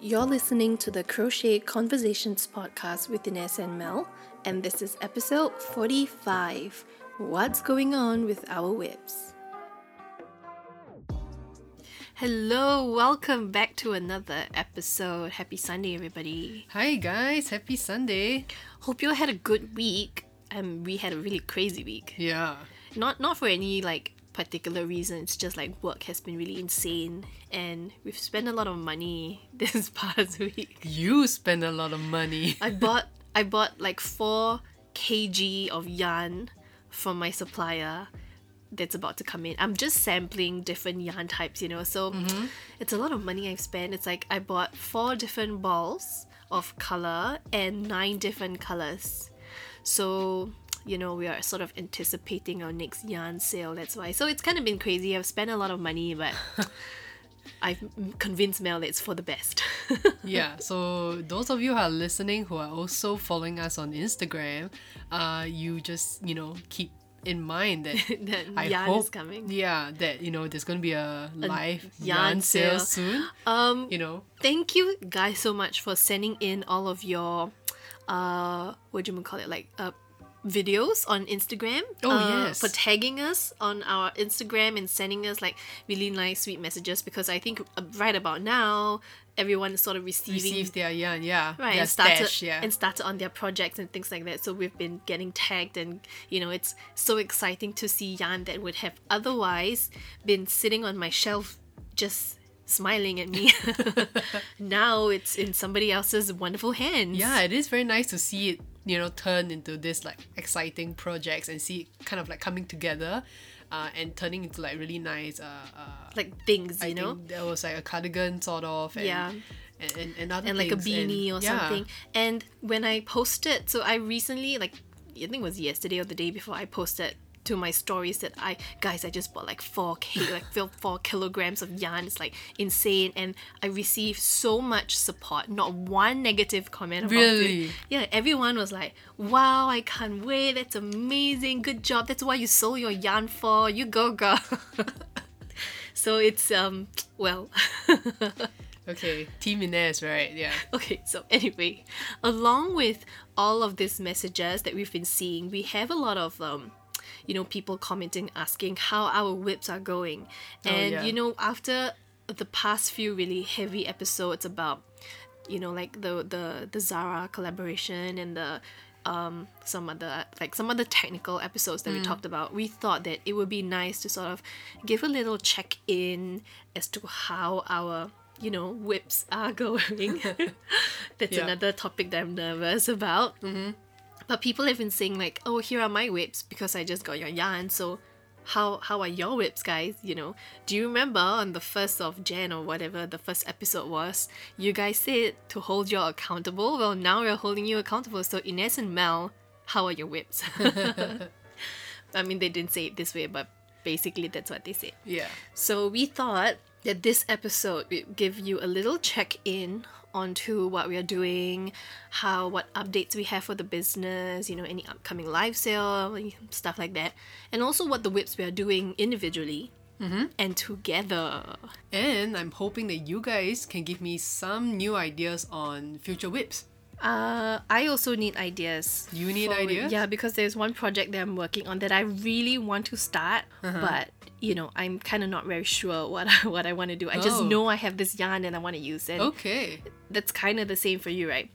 You're listening to the Crochet Conversations podcast with Ines and Mel, and this is episode 45 What's Going On with Our Whips? Hello, welcome back to another episode. Happy Sunday, everybody. Hi guys, happy Sunday. Hope you all had a good week. Um, we had a really crazy week. Yeah. Not not for any like particular reason. It's just like work has been really insane, and we've spent a lot of money this past week. You spend a lot of money. I bought I bought like four kg of yarn from my supplier that's about to come in. I'm just sampling different yarn types, you know. So it's a lot of money I've spent. It's like I bought four different balls of color and nine different colors. So you know we are sort of anticipating our next yarn sale. That's why. So it's kind of been crazy. I've spent a lot of money, but. I've convinced Mel that it's for the best. yeah, so those of you who are listening who are also following us on Instagram, uh you just, you know, keep in mind that that I yarn hope is coming. Yeah, that you know there's going to be a live yarn yarn, sale. sale. soon, Um, you know. thank you guys so much for sending in all of your, uh, what do you call it, like uh, videos on Instagram. Oh, uh, yes. For tagging us on our Instagram and sending us like really nice, sweet messages because I think uh, right about now everyone is sort of receiving Receive their yarn, yeah. right their and started stash, yeah. and started on their projects and things like that so we've been getting tagged and you know it's so exciting to see yarn that would have otherwise been sitting on my shelf just smiling at me now it's in somebody else's wonderful hands yeah, it is very nice to see it, you know, turn into this like exciting projects and see it kind of like coming together uh, and turning into like really nice uh, uh, like things you I know think there was like a cardigan sort of, and Yeah. and, and, and other and like a things, and- beanie or yeah. something. And when I posted, so I recently like I think it was yesterday or the day before I posted to my stories that I guys I just bought like four k like fil- four kilograms of yarn. It's like insane, and I received so much support. Not one negative comment. About It. Really? Yeah, everyone was like, "Wow, I can't wait! That's amazing! Good job! That's why you sold your yarn for. You go, girl." so it's um well. Okay, Team Ines, right? Yeah. Okay, so anyway, along with all of these messages that we've been seeing, we have a lot of um, you know, people commenting asking how our whips are going. And yeah. you know, after the past few really heavy episodes about you know, like the the the Zara collaboration and the um some other like some other technical episodes that we talked about, we thought that it would be nice to sort of give a little check in as to how our you know whips are going. That's Yeah. another topic that I'm nervous about. Mm-hmm. But people have been saying like, "Oh, here are my whips because I just got your yarn." So, how how are your whips, guys? You know, do you remember on the first of Jan or whatever the first episode was? You guys said to hold you all accountable. Well, now we're holding you accountable. So Ines and Mel, how are your whips? I mean, they didn't say it this way, but basically that's what they said. Yeah. So we thought that this episode would give you a little check in onto what we are doing, how what updates we have for the business, you know, any upcoming live sale, stuff like that, and also what the whips we are doing individually Mm-hmm. and together. And I'm hoping that you guys can give me some new ideas on future whips. Uh, I also need ideas. You need for- ideas? Yeah, because there's one project that I'm working on that I really want to start, Uh-huh. but you know, I'm kind of not very sure what I, what I want to do. I just Oh. know I have this yarn and I want to use it. Okay. that's kind of the same for you, right?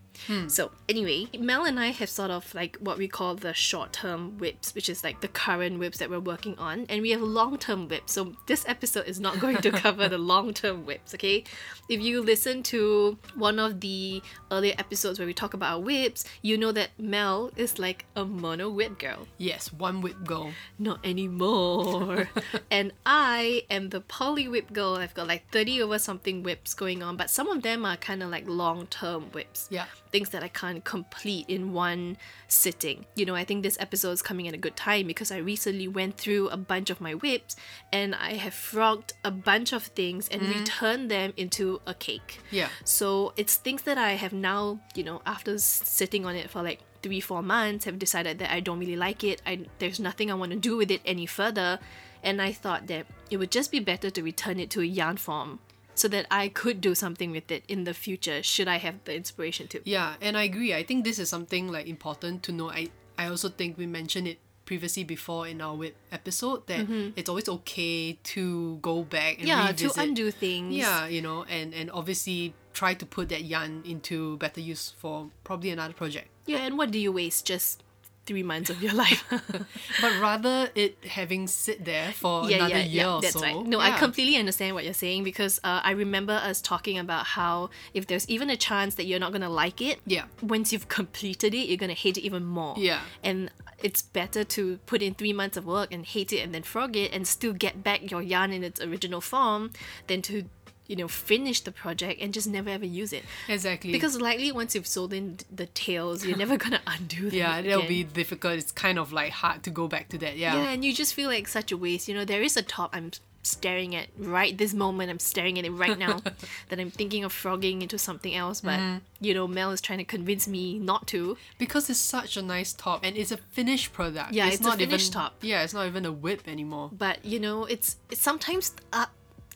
So anyway, Mel and I have sort of like what we call the short-term whips, which is like the current whips that we're working on, and we have long-term whips. So this episode is not going to cover the long-term whips, okay? If you listen to one of the earlier episodes where we talk about our whips, you know that Mel is like a mono whip girl Yes, one whip go. not anymore. and I am the poly whip girl. I've got like 30 over something whips going on, but some of them are kind of like long term whips. Yeah. Things that I can't complete in one sitting. You know, I think this episode is coming at a good time because I recently went through a bunch of my whips and I have frogged a bunch of things and returned them into a cake. Yeah. So it's things that I have now, you know, after s- sitting on it for like three, four months, have decided that I don't really like it. I there's nothing I want to do with it any further, and I thought that it would just be better to return it to a yarn form so that I could do something with it in the future should I have the inspiration to. Yeah, and I agree. I think this is something like important to know. I I also think we mentioned it previously before in our web episode that it's always okay to go back and Mm-hmm. Yeah, revisit. to undo things. Yeah, you know, and and obviously try to put that yarn into better use for probably another project. Yeah, and what do you waste? Just three months of your life. But rather it having sit there for yeah, another yeah, year yeah. or That's so. right. No, I Yeah. completely understand what you're saying because uh, I remember us talking about how if there's even a chance that you're not gonna like it, Yeah. once you've completed it, you're gonna hate it even more. Yeah. and it's better to put in three months of work and hate it and then frog it and still get back your yarn in its original form than to you know finish the project and just never ever use it Exactly. because likely once you've sold in the tails you're never gonna undo them yeah, that'll again. be difficult. It's kind of like hard to go back to that. Yeah, and you just feel like such a waste. You know, there is a top I'm staring at right this moment. I'm staring at it right now that I'm thinking of frogging into something else. But, you know, Mel is trying to convince me not to. because it's such a nice top and it's a finished product. Yeah, it's a not finished even, top. Yeah, it's not even a whip anymore. But, you know, it's, it's sometimes uh,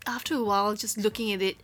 after a while just looking at it,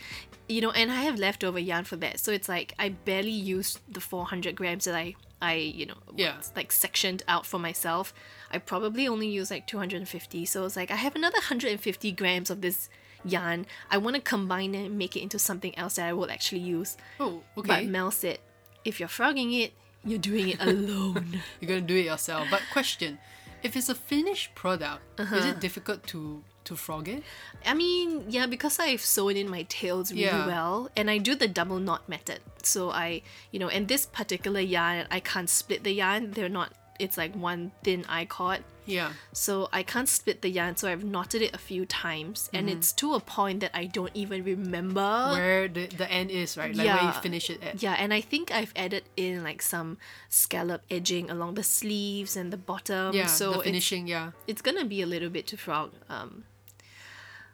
you know, and I have leftover yarn for that. So it's like I barely used the 400 grams that I. I you know Yeah. was, like sectioned out for myself. I probably only use like 250, so it's like I have another 150 grams of this yarn. I want to combine it and make it into something else that I will actually use. Oh, okay. But Mel said, if you're frogging it, you're doing it alone. You're gonna do it yourself. But question: If it's a finished product, is Uh-huh. it difficult to to frog it? I mean, yeah, because I've sewn in my tails really Yeah. well, and I do the double knot method. So I, you know, and this particular yarn, I can't split the yarn. They're not. It's like one thin I cord. Yeah. So I can't split the yarn, so I've knotted it a few times, and it's to a point that I don't even remember. Mm-hmm. Where the, the end is, right? Like where you Uh, Yeah. finish it at. Yeah, and I think I've added in like some scallop edging along the sleeves and the bottom. Yeah, so the it's- finishing, yeah. It's, gonna be a little bit to frog. Um,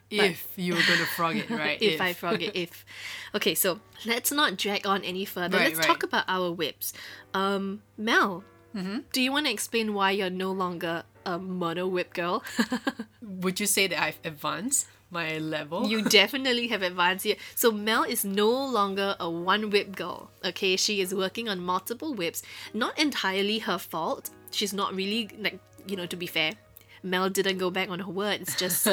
If you were gonna frog it, right? if, I frog it, if. Okay, so let's not drag on any further. Right, let's right. Mm-hmm. talk about our whips. Um, Mel, do you want to explain why you're no longer a mono whip girl? Would you say that I've advanced my level? You definitely have advanced here. So Mel is no longer a one whip girl. Okay, she is working on multiple whips. Not entirely her fault. She's not really like you know. To be fair, Mel didn't go back on her word. It's just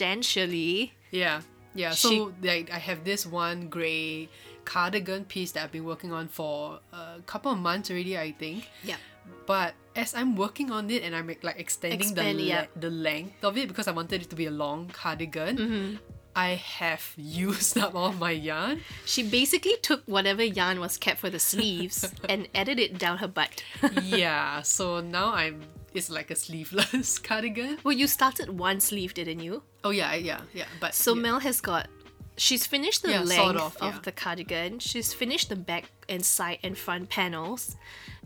circumstantially. Yeah, yeah. She- So like I have this one grey cardigan piece that I've been working on for a couple of months already, I think. Yeah. But as I'm working on it and I'm like extending Expand, the le- yeah. the length of it because I wanted it to be a long cardigan, Mm-hmm. I have used up all my yarn. She basically took whatever yarn was kept for the sleeves and added it down her butt. yeah, so now I'm it's like a sleeveless cardigan. well, you started one sleeve, didn't you? Oh yeah, yeah, yeah. But So yeah. Mel has got. She's finished the Yeah, length sort of, of, yeah. the cardigan. She's finished the back and side and front panels,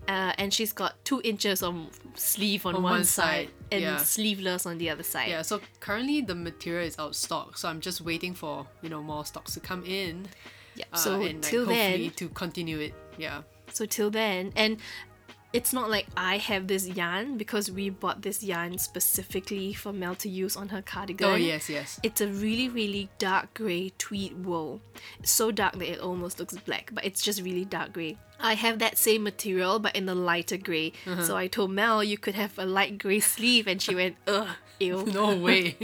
uh, and she's got two inches of sleeve on, one, one side, side, and yeah. sleeveless on the other side. yeah, so currently the material is out of stock, so I'm just waiting for you know more stocks to come in. Yeah, Uh, so and, like, till hopefully then, to continue it. Yeah, so till then, and it's not like I have this yarn because we bought this yarn specifically for Mel to use on her cardigan. Oh, yes, yes. It's a really, really dark grey tweed wool. So dark that it almost looks black, but it's just really dark grey. I have that same material but in a lighter gray Uh-huh. So I told Mel you could have a light grey sleeve and she went, ugh, ew. no way.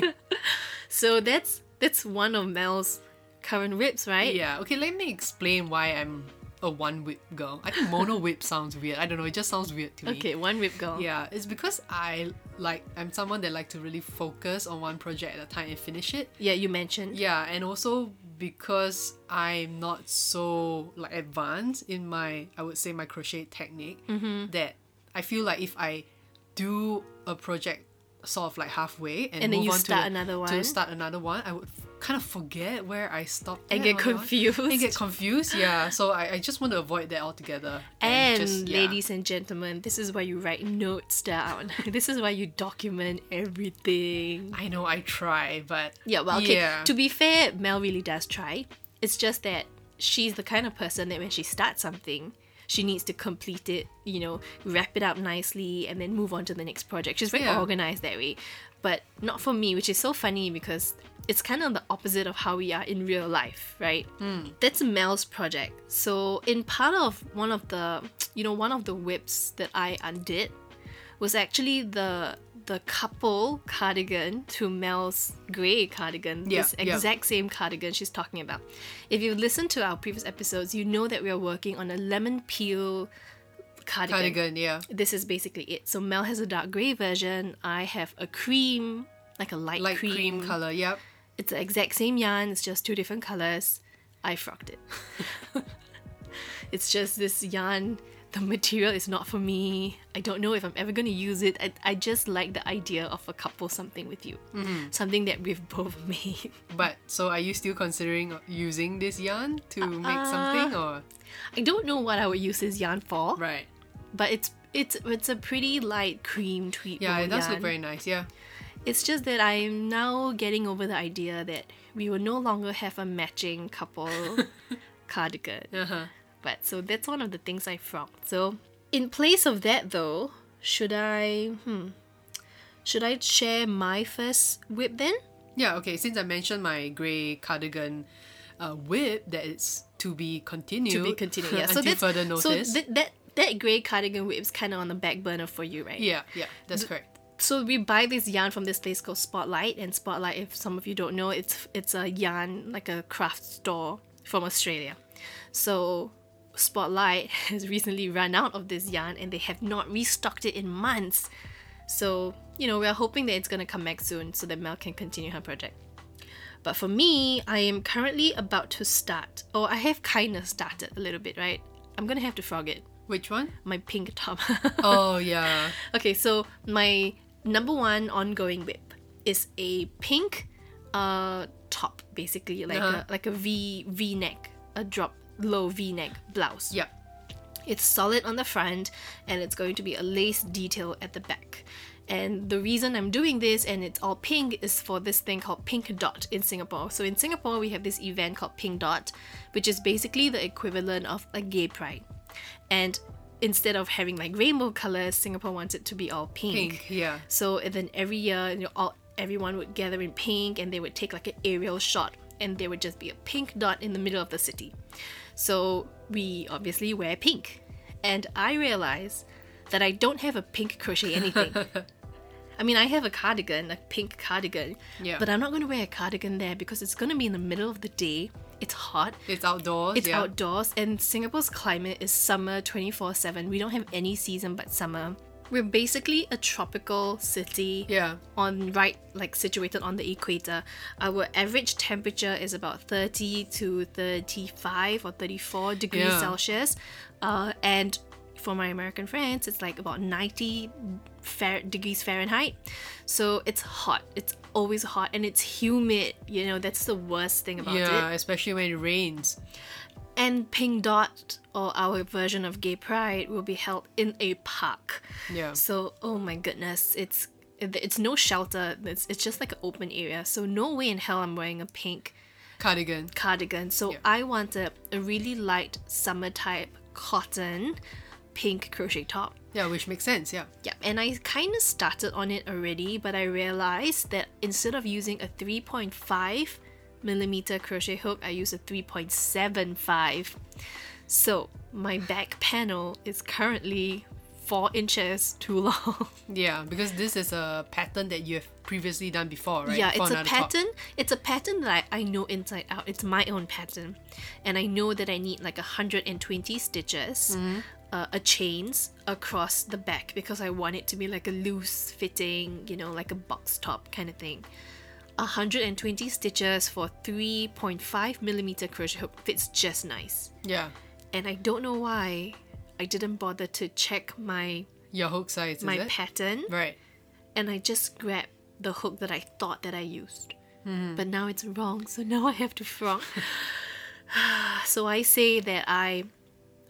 So that's that's one of Mel's current whips, right? yeah, okay. Let me explain why I'm a one whip girl. I think mono whip sounds weird. I don't know. It just sounds weird to me. Okay, one whip girl. Yeah, it's because I like I'm someone that like to really focus on one project at a time and finish it. Yeah, you mentioned. Yeah, and also because I'm not so like advanced in my I would say my crochet technique Mm-hmm. that I feel like if I do a project sort of like halfway and, And then move you on start to, another to one. start another one, I would f- kind of forget where I stopped And at get on that one. and confused. get confused. Yeah, so I, I just want to avoid that altogether. And just- yeah. ladies and gentlemen, this is why you write notes down. this is why you document everything. I know I try, but Yeah, well, okay. yeah. To be fair, Mel really does try. It's just that she's the kind of person that when she starts something, she needs to complete it, you know, wrap it up nicely, and then move on to the next project. She's very Yeah. organized that way. But not for me, which is so funny because it's kind of the opposite of how we are in real life, right? Hmm. That's Mel's project. So in part of one of the, you know, one of the whips that I undid was actually the the couple cardigan to Mel's grey cardigan. Yeah, this yeah. exact same cardigan she's talking about. If you listen to our previous episodes, you know that we are working on a lemon peel cardigan Cardigan, yeah. this is basically it. So Mel has a dark grey version. I have a cream, like a light, Light cream. cream, color, yep. It's the exact same yarn. It's just two different colors. I frocked it. it's just this yarn. The material is not for me. I don't know if I'm ever going to use it. I, I just like the idea of a couple something with you, Mm. something that we've both made. But so are you still considering using this yarn to make something Uh-uh. or I don't know what I would use this yarn for, right? but it's it's it's a pretty light cream tweed. Yeah, wool it does yarn. look very nice. Yeah. It's just that I'm now getting over the idea that we will no longer have a matching couple cardigan. Uh-huh. But so that's one of the things I frocked. So in place of that though, should I hmm should I share my first whip then? Yeah, okay, since I mentioned my grey cardigan uh, whip that it's to be continued. To be continued. Yeah. So until that's further notice. so that that that grey cardigan whip is kind of on the back burner for you, right? yeah, yeah, that's correct. so we buy this yarn from this place called Spotlight, and Spotlight, if some of you don't know, it's it's a yarn like a craft store from Australia. So Spotlight has recently run out of this yarn, and they have not restocked it in months. So you know we are hoping that it's gonna come back soon, so that Mel can continue her project. But for me, I am currently about to start, or I have kinda started a little bit, right? I'm gonna have to frog it. Which one? My pink top. Oh yeah. Okay, so my number one ongoing whip is a pink uh top basically like Uh-huh. a like a V V neck, a drop low V neck blouse. Yeah. It's solid on the front and it's going to be a lace detail at the back. And the reason I'm doing this and it's all pink is for this thing called Pink Dot in Singapore. So in Singapore, we have this event called Pink Dot, which is basically the equivalent of a gay pride. And instead of having like rainbow colors, Singapore wants it to be all Pink, yeah. so and then every year, you know, all everyone would gather in pink, and they would take like an aerial shot, and there would just be a pink dot in the middle of the city. So we obviously wear pink, and I realize that I don't have a pink crochet anything. I mean, I have a cardigan, a pink cardigan, Yeah. but I'm not going to wear a cardigan there because it's going to be in the middle of the day. It's hot. It's outdoors, It's yeah. outdoors, and Singapore's climate is summer 24 7. We don't have any season but summer. We're basically a tropical city. Yeah. On right, like situated on the equator, our average temperature is about 30 to 35 or 34 degrees Yeah. Celsius. Uh, and for my American friends, it's like about 90 Fahr- degrees Fahrenheit. So it's hot. It's always hot and it's humid. You know, that's the worst thing about it. Yeah, especially when it rains. And Pink Dot, or our version of Gay Pride, will be held in a park. Yeah. So, oh my goodness, it's it's no shelter. It's, it's just like an open area. So no way in hell I'm wearing a pink Cardigan. cardigan. So I wanted a really light summer type cotton pink crochet top. Yeah, which makes sense, yeah. Yep, and I kind of started on it already, but I realized that instead of using a 3.5 millimeter crochet hook, I use a 3.75. So my back panel is currently four inches too long. Yeah, because this is a pattern that you have previously done before, right? Yeah, For it's a another top. pattern. It's a pattern that I, I know inside out. It's my own pattern, and I know that I need like 120 stitches, Mm-hmm. uh, a chains across the back because I want it to be like a loose fitting, you know, like a box top kind of thing. 120 stitches for 3.5 millimeter crochet hook fits just nice, Yeah. and I don't know why I didn't bother to check my Your hook size, my is it? pattern right. and I just grabbed the hook that I thought that I used. Mm-hmm. But now it's wrong, so now I have to frog. so I say that I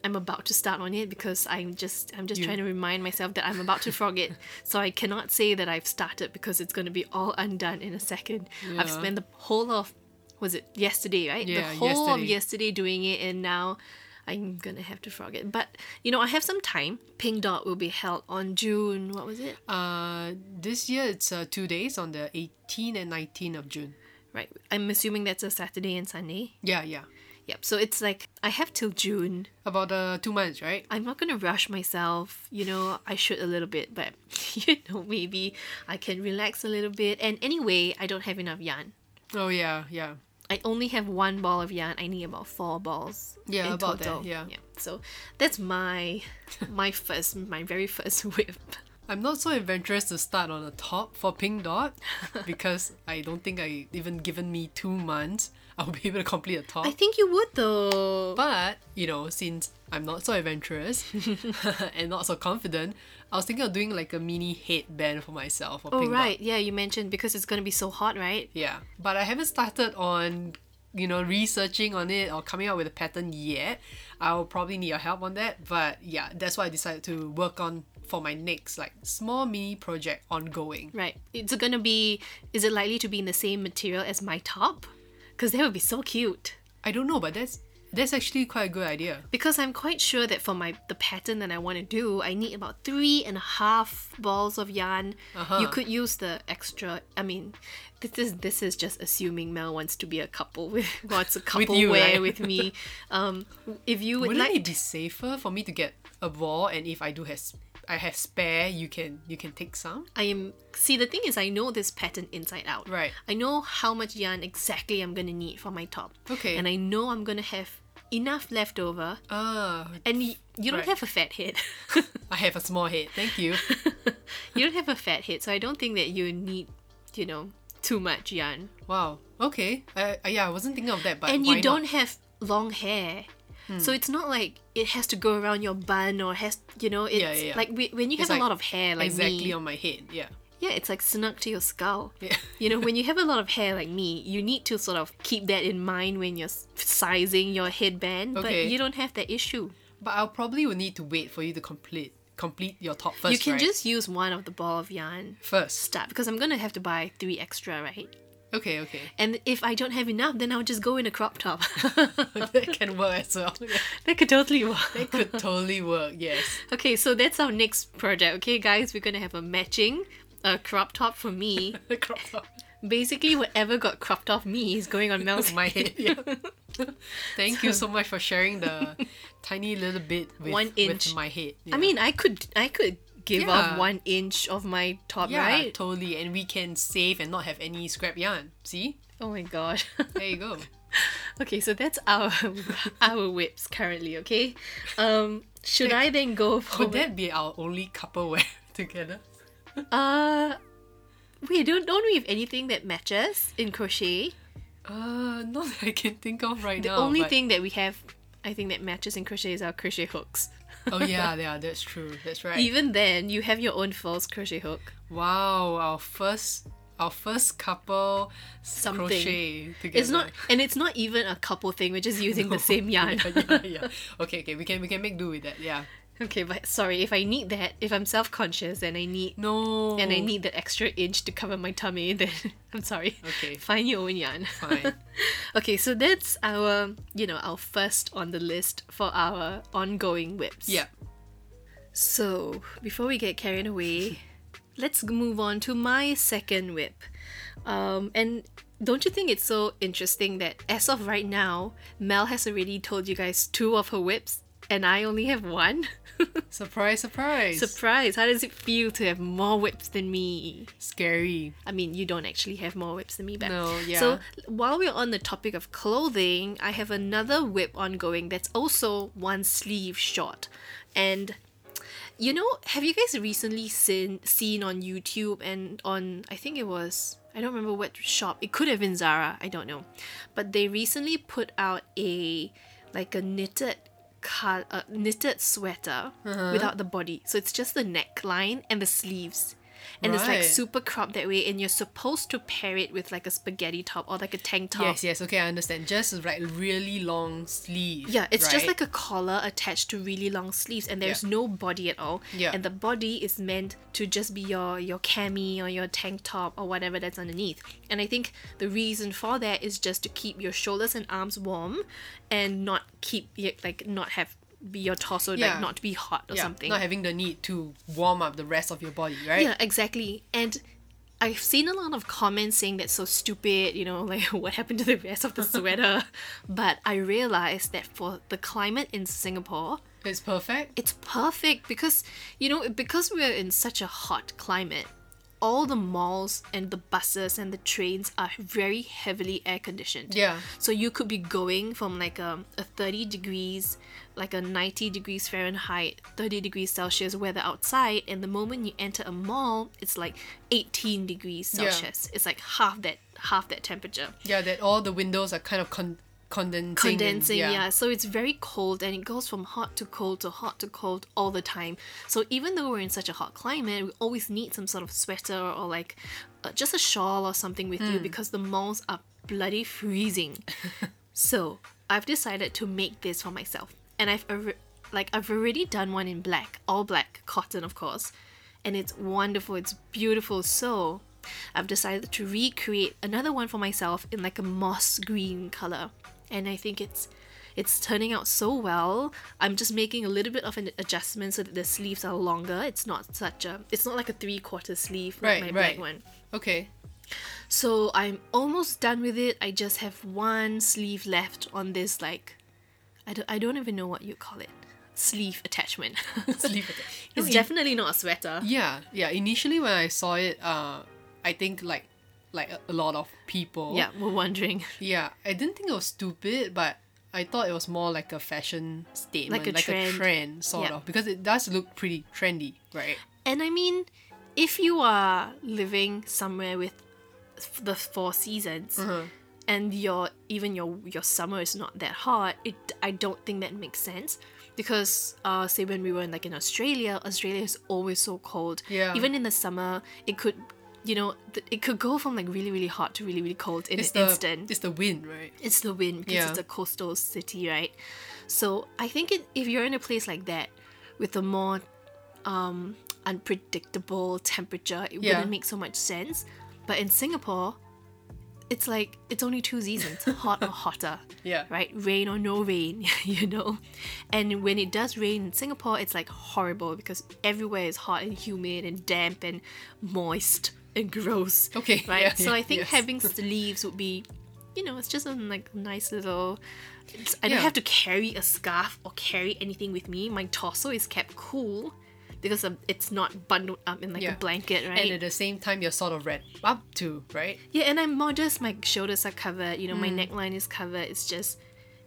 I'm about to start on it because I'm just I'm just trying to remind myself that I'm about to frog it. So I cannot say that I've started because it's gonna be all undone in a second. I've Yeah. spent the whole of was it yesterday, right? Yeah, the whole of yesterday. yesterday doing it and now I'm gonna have to frog it. But you know, I have some time. Pink Dot will be held on June what was it? Uh, this year it's uh, two days on the 18 and 19 of June. right? I'm assuming that's a Saturday and Sunday. Yeah, yeah. Yep. So it's like I have till June. About uh, two months, right? I'm not gonna rush myself. You know, I should a little bit, but you know, maybe I can relax a little bit. And anyway, I don't have enough yarn. Oh yeah, yeah. I only have one ball of yarn. I need about four balls. Yeah, in about that, total. yeah. So that's my my first, my very first whip. Oh. I'm not so adventurous to start on the top for Pink Dot because I don't think I even given me two months I'll be able to complete the top. I think you would though. But you know, since I'm not so adventurous and not so confident, I was thinking of doing like a mini headband for myself. For oh Pink Dot. right, yeah. You mentioned because it's gonna be so hot, right? Yeah, but I haven't started on, you know, researching on it or coming up with a pattern yet. I'll probably need your help on that. But yeah, that's what I decided to work on for my next like small mini project ongoing. Right. It's gonna be. Is it likely to be in the same material as my top? Because that would be so cute. I don't know, but that's that's actually quite a good idea. Because I'm quite sure that for my the pattern that I want to do, I need about three and a half balls of yarn. Uh-huh. You could use the extra. I mean, this is this is just assuming Mel wants to be a couple with wants a couple you, wear right? with me. Um, if you would Wouldn't like, it be safer for me to get a ball and if I do have s- I have spare, you can you can take some? I am. See, the thing is, I know this pattern inside out. Right. I know how much yarn exactly I'm gonna need for my top. Okay. And I know I'm gonna have enough left over, Ah, and y- you don't Right. have a fat head. I have a small head. Thank you. you don't have a fat head, so I don't think that you need, you know, too much yarn. Wow. Okay. I, I- yeah, I wasn't thinking of that, but And you why not? Hmm. don't have long hair. So it's not like it has to go around your bun or has you know it's Yeah, yeah, yeah. like we, when you It's have like- a lot of hair like exactly me on my head. Yeah. yeah it's like snuck to your skull Yeah. you know when you have a lot of hair like me you need to sort of keep that in mind when you're s- sizing your headband Okay. but you don't have that issue But I'll probably will need to wait for you to complete complete your top first. you can right? just use one of the ball of yarn first. stuff because I'm gonna have to buy three extra right Okay, okay. And if I don't have enough, then I'll just go in a crop top. that can work as well. Yeah. that could totally work. That could totally work, yes. Okay, so that's our next project. Okay, guys, we're gonna have a matching uh, crop top for me. The crop top. Basically, whatever got cropped off me is going on Mel's My head. Yeah. Thank you so much for sharing the tiny little bit with, One inch. with my head. I mean, I could, I could give Yeah. off one inch of my top, yeah, right? totally. And we can save and not have any scrap yarn. See? Oh my god. There you go. okay, so that's our our whips currently. Okay, um, should I then go for Would that be our only couple wear together? uh? Wait, don't don't we have anything that matches in crochet? Uh, not that I can think of right The now. only Oh, but- thing that we have, I think, that matches in crochet is our crochet hooks. Oh yeah, yeah, that's true. That's right. Even then, you have your own false crochet hook. Wow, our first our first couple Something. crochet together. It's not, and it's not even a couple thing. We're just using the same yarn. yeah, yeah. Okay, okay, we can we can make do with that. Yeah. okay, but sorry if I need that. If I'm self-conscious and I need No. and I need that extra inch to cover my tummy, then I'm sorry. Okay. Find your own yarn. Fine. okay, so that's our, you know, our first on the list for our ongoing whips. Yeah. So, before we get carried away, let's move on to my second whip. Um, and don't you think it's so interesting that as of right now, Mel has already told you guys two of her whips and I only have one? Surprise, surprise. Surprise! How does it feel to have more whips than me? Scary. I mean, you don't actually have more whips than me, but No, yeah. So while we're on the topic of clothing, I have another whip ongoing that's also one sleeve short, and you know, have you guys recently seen seen on YouTube and on I think it was I don't remember what shop it could have been Zara I don't know, but they recently put out a like a knitted col- uh, knitted sweater Uh-huh. without the body, so it's just the neckline and the sleeves. And it's like Right. super cropped that way, and you're supposed to pair it with like a spaghetti top or like a tank top. Yes, yes. Okay, I understand. Just like really long sleeve. Yeah, it's just right? like a collar attached to really long sleeves, and there's no body at all. Yeah. and the body is meant to just be your your cami or your tank top or whatever that's underneath. And I think the reason for that is just to keep your shoulders and arms warm, and not keep y- like not have be your torso Yeah. like not be hot or yeah, something. Not having the need to warm up the rest of your body, right? Yeah, exactly. And I've seen a lot of comments saying that's so stupid, you know, like what happened to the rest of the sweater. but I realized that for the climate in Singapore, It's perfect. it's perfect because you know because we're in such a hot climate all the malls and the buses and the trains are very heavily air conditioned Yeah. so you could be going from like um, a 30 degrees like a 90 degrees fahrenheit 30 degrees celsius weather outside and the moment you enter a mall it's like 18 degrees Yeah. celsius it's like half that half that temperature Yeah, that all the windows are kind of con- condensing. and- condensing yeah. so it's very cold and it goes from hot to cold to hot to cold all the time so even though we're in such a hot climate we always need some sort of sweater or like uh, just a shawl or something with you because the malls are bloody freezing so i've decided to make this for myself and i've alre- like i've already done one in black all black cotton of course and it's wonderful it's beautiful so I've decided to recreate another one for myself in like a moss green color. And I think it's it's turning out so well. I'm just making a little bit of an adjustment so that the sleeves are longer. It's not such a it's not like a three quarter sleeve like Right, my right. black one. Okay. So I'm almost done with it. I just have one sleeve left on this like I don't, I don't even know what you call it. Sleeve attachment. Sleep with it. it's definitely not a sweater. Yeah, yeah. Initially, when I saw it, uh, I think like like a, a lot of people. Yeah, we're wondering. Yeah, I didn't think it was stupid, but I thought it was more like a fashion Like statement, a trend. trend, sort Yeah. of, because it does look pretty trendy, right? And I mean, if you are living somewhere with f- the four seasons, Mm-hmm. and your even your your summer is not that hot, it I don't think that makes sense. Because uh, say when we were in, like in Australia, Australia is always so cold. Yeah. Even in the summer, it could, you know, th- it could go from like really really hot to really really cold in It's an the instant it's the wind, right? it's the wind because Yeah. it's a coastal city, right? So I think it, if you're in a place like that with a more um, unpredictable temperature, it Yeah. wouldn't make so much sense. But in Singapore, it's like it's only two seasons, hot or hotter, Yeah. right? Rain or no rain, you know. And when it does rain in Singapore, it's like horrible because everywhere is hot and humid and damp and moist and gross Okay. right? yeah, so yeah, I think yes. having sleeves would be, you know, it's just a like nice little. It's, I Yeah. don't have to carry a scarf or carry anything with me. My torso is kept cool because um, it's not bundled up in like Yeah. a blanket, right? and at the same time you're sort of red up too, right? yeah, and I'm modest. My shoulders are covered. You know, my neckline is covered. It's just,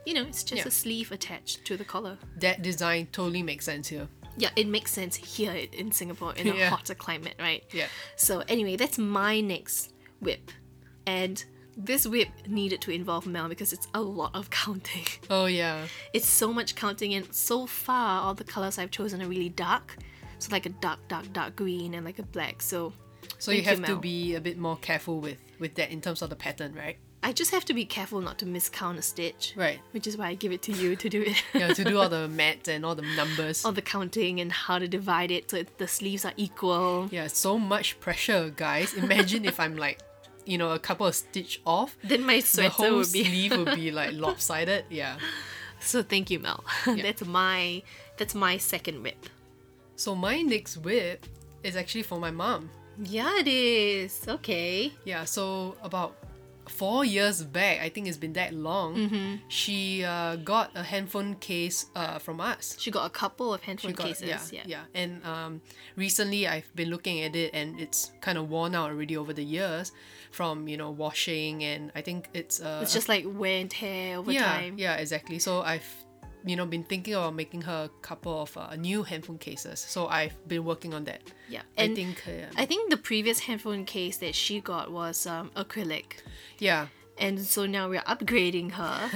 you know, it's just Mm. Yeah. a sleeve attached to the collar. That design totally makes sense here. Yeah, it makes sense here in Singapore in a Yeah. hotter climate, right? Yeah. So anyway, that's my next whip, and this whip needed to involve Mel because it's a lot of counting. Oh yeah. It's so much counting, and so far all the colors I've chosen are really dark, so like a dark, dark, dark green and like a black. So So Thank you you, have to Mel. be a bit more careful with with that in terms of the pattern, right? I just have to be careful not to miscount a stitch, Right. which is why I give it to you to do it. Yeah, to do all the maths and all the numbers. all the counting and how to divide it so it, the sleeves are equal. Yeah, so much pressure, guys. Imagine if I'm like, you know, a couple of stitch off, Then my the sweater whole would be sleeve would be like lopsided. Yeah. So thank you, Mel. that's my that's my second whip. So my next whip is actually for my mom. Yeah, it is. Okay. Yeah, so about four years back, I think it's been that long. Mm-hmm. She uh, got a handphone case uh, from us. She got a couple of handphone She got- cases. Yeah, yeah, yeah. And um, recently, I've been looking at it, and it's kind of worn out already over the years, from you know washing, and I think it's uh, It's just like wear and tear over yeah, time. Yeah, exactly. So I've, you know, been thinking about making her a couple of uh, new handphone cases. So I've been working on that. Yeah. And I think, uh, I think the previous handphone case that she got was um, acrylic. yeah, And so now we're upgrading her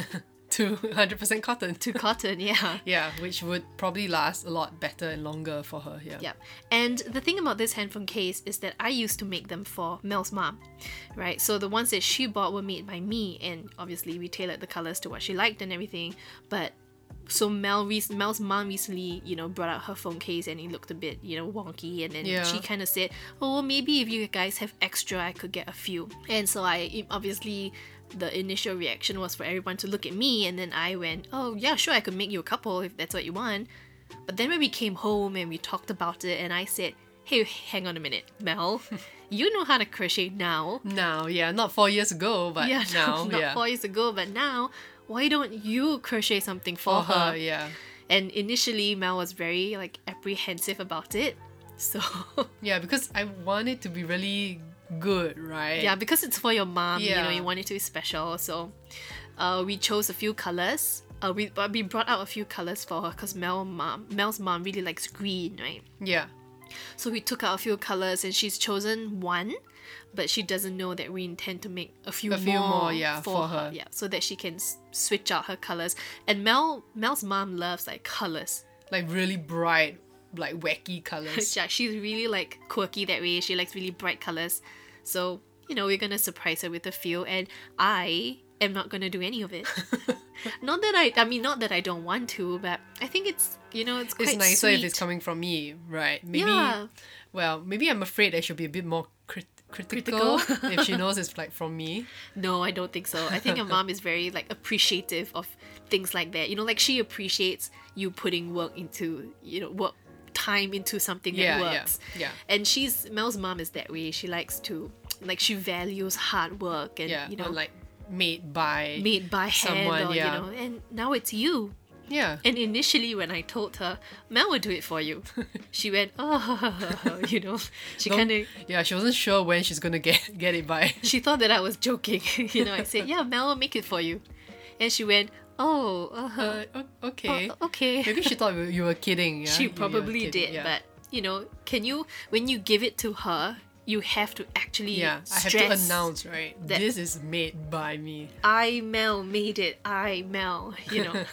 to 100% cotton. to cotton, yeah. Yeah, which would probably last a lot better and longer for her. Yeah. Yeah. And the thing about this handphone case is that I used to make them for Mel's mom, right? So the ones that she bought were made by me, and obviously we tailored the colors to what she liked and everything. But so Mel, re- Mel's mom recently, you know, brought out her phone case and it looked a bit, you know, wonky. And then Yeah. she kind of said, "Oh, well, maybe if you guys have extra, I could get a few." And so I it- obviously. The initial reaction was for everyone to look at me, and then I went, "Oh yeah, sure, I could make you a couple if that's what you want." But then when we came home and we talked about it, and I said, hey, hang on a minute, Mel, you know how to crochet now. Now, yeah, not four years ago, but yeah, now, not yeah. four years ago, but now, why don't you crochet something for, for her, yeah. And initially, Mel was very like apprehensive about it. So Yeah, because I want it to be really good, right? yeah, because it's for your mom, you know, Yeah. you want it to be special. So, uh, we chose a few colors. Uh, we but we brought out a few colors for her because Mel mom Mel's mom really likes green, right? Yeah. So we took out a few colors, and she's chosen one, but she doesn't know that we intend to make a few, A few more, yeah, for her. yeah, so that she can s- switch out her colors. And Mel Mel's mom loves like colors. Like really bright, like wacky colors. Yeah, she's really like quirky that way. She likes really bright colors. So you know we're gonna surprise her with a few, and I am not gonna do any of it. not that I, I mean, not that I don't want to, but I think it's you know it's quite it's nicer if it's sweet. coming from me, right? Maybe Yeah. well, maybe I'm afraid I should be a bit more crit- critical, Critical. if she knows it's like from me. No, I don't think so. I think your mom is very like appreciative of things like that. You know, like she appreciates you putting work into you know work time into something Yeah, that yeah, works. yeah. And she's Mel's mom is that way. She likes to like she values hard work and Yeah. you know or like made by made by someone, hand or yeah. you know. And now it's you. Yeah. And initially, when I told her Mel will do it for you, she went oh you know she Don't- kind of Yeah, she wasn't sure when she's gonna get get it by. she thought that I was joking. you know, I said, "Yeah, Mel will make it for you," and she went, "Oh, uh-huh, Uh, o- okay. uh, okay." Maybe she thought you you were kidding. Yeah? she You- you were probably kidding, did, yeah. but you know, can you when you give it to her, you have to actually yeah, I have stress, to announce right. that- This is made by me. I Mel made it. I Mel, you know,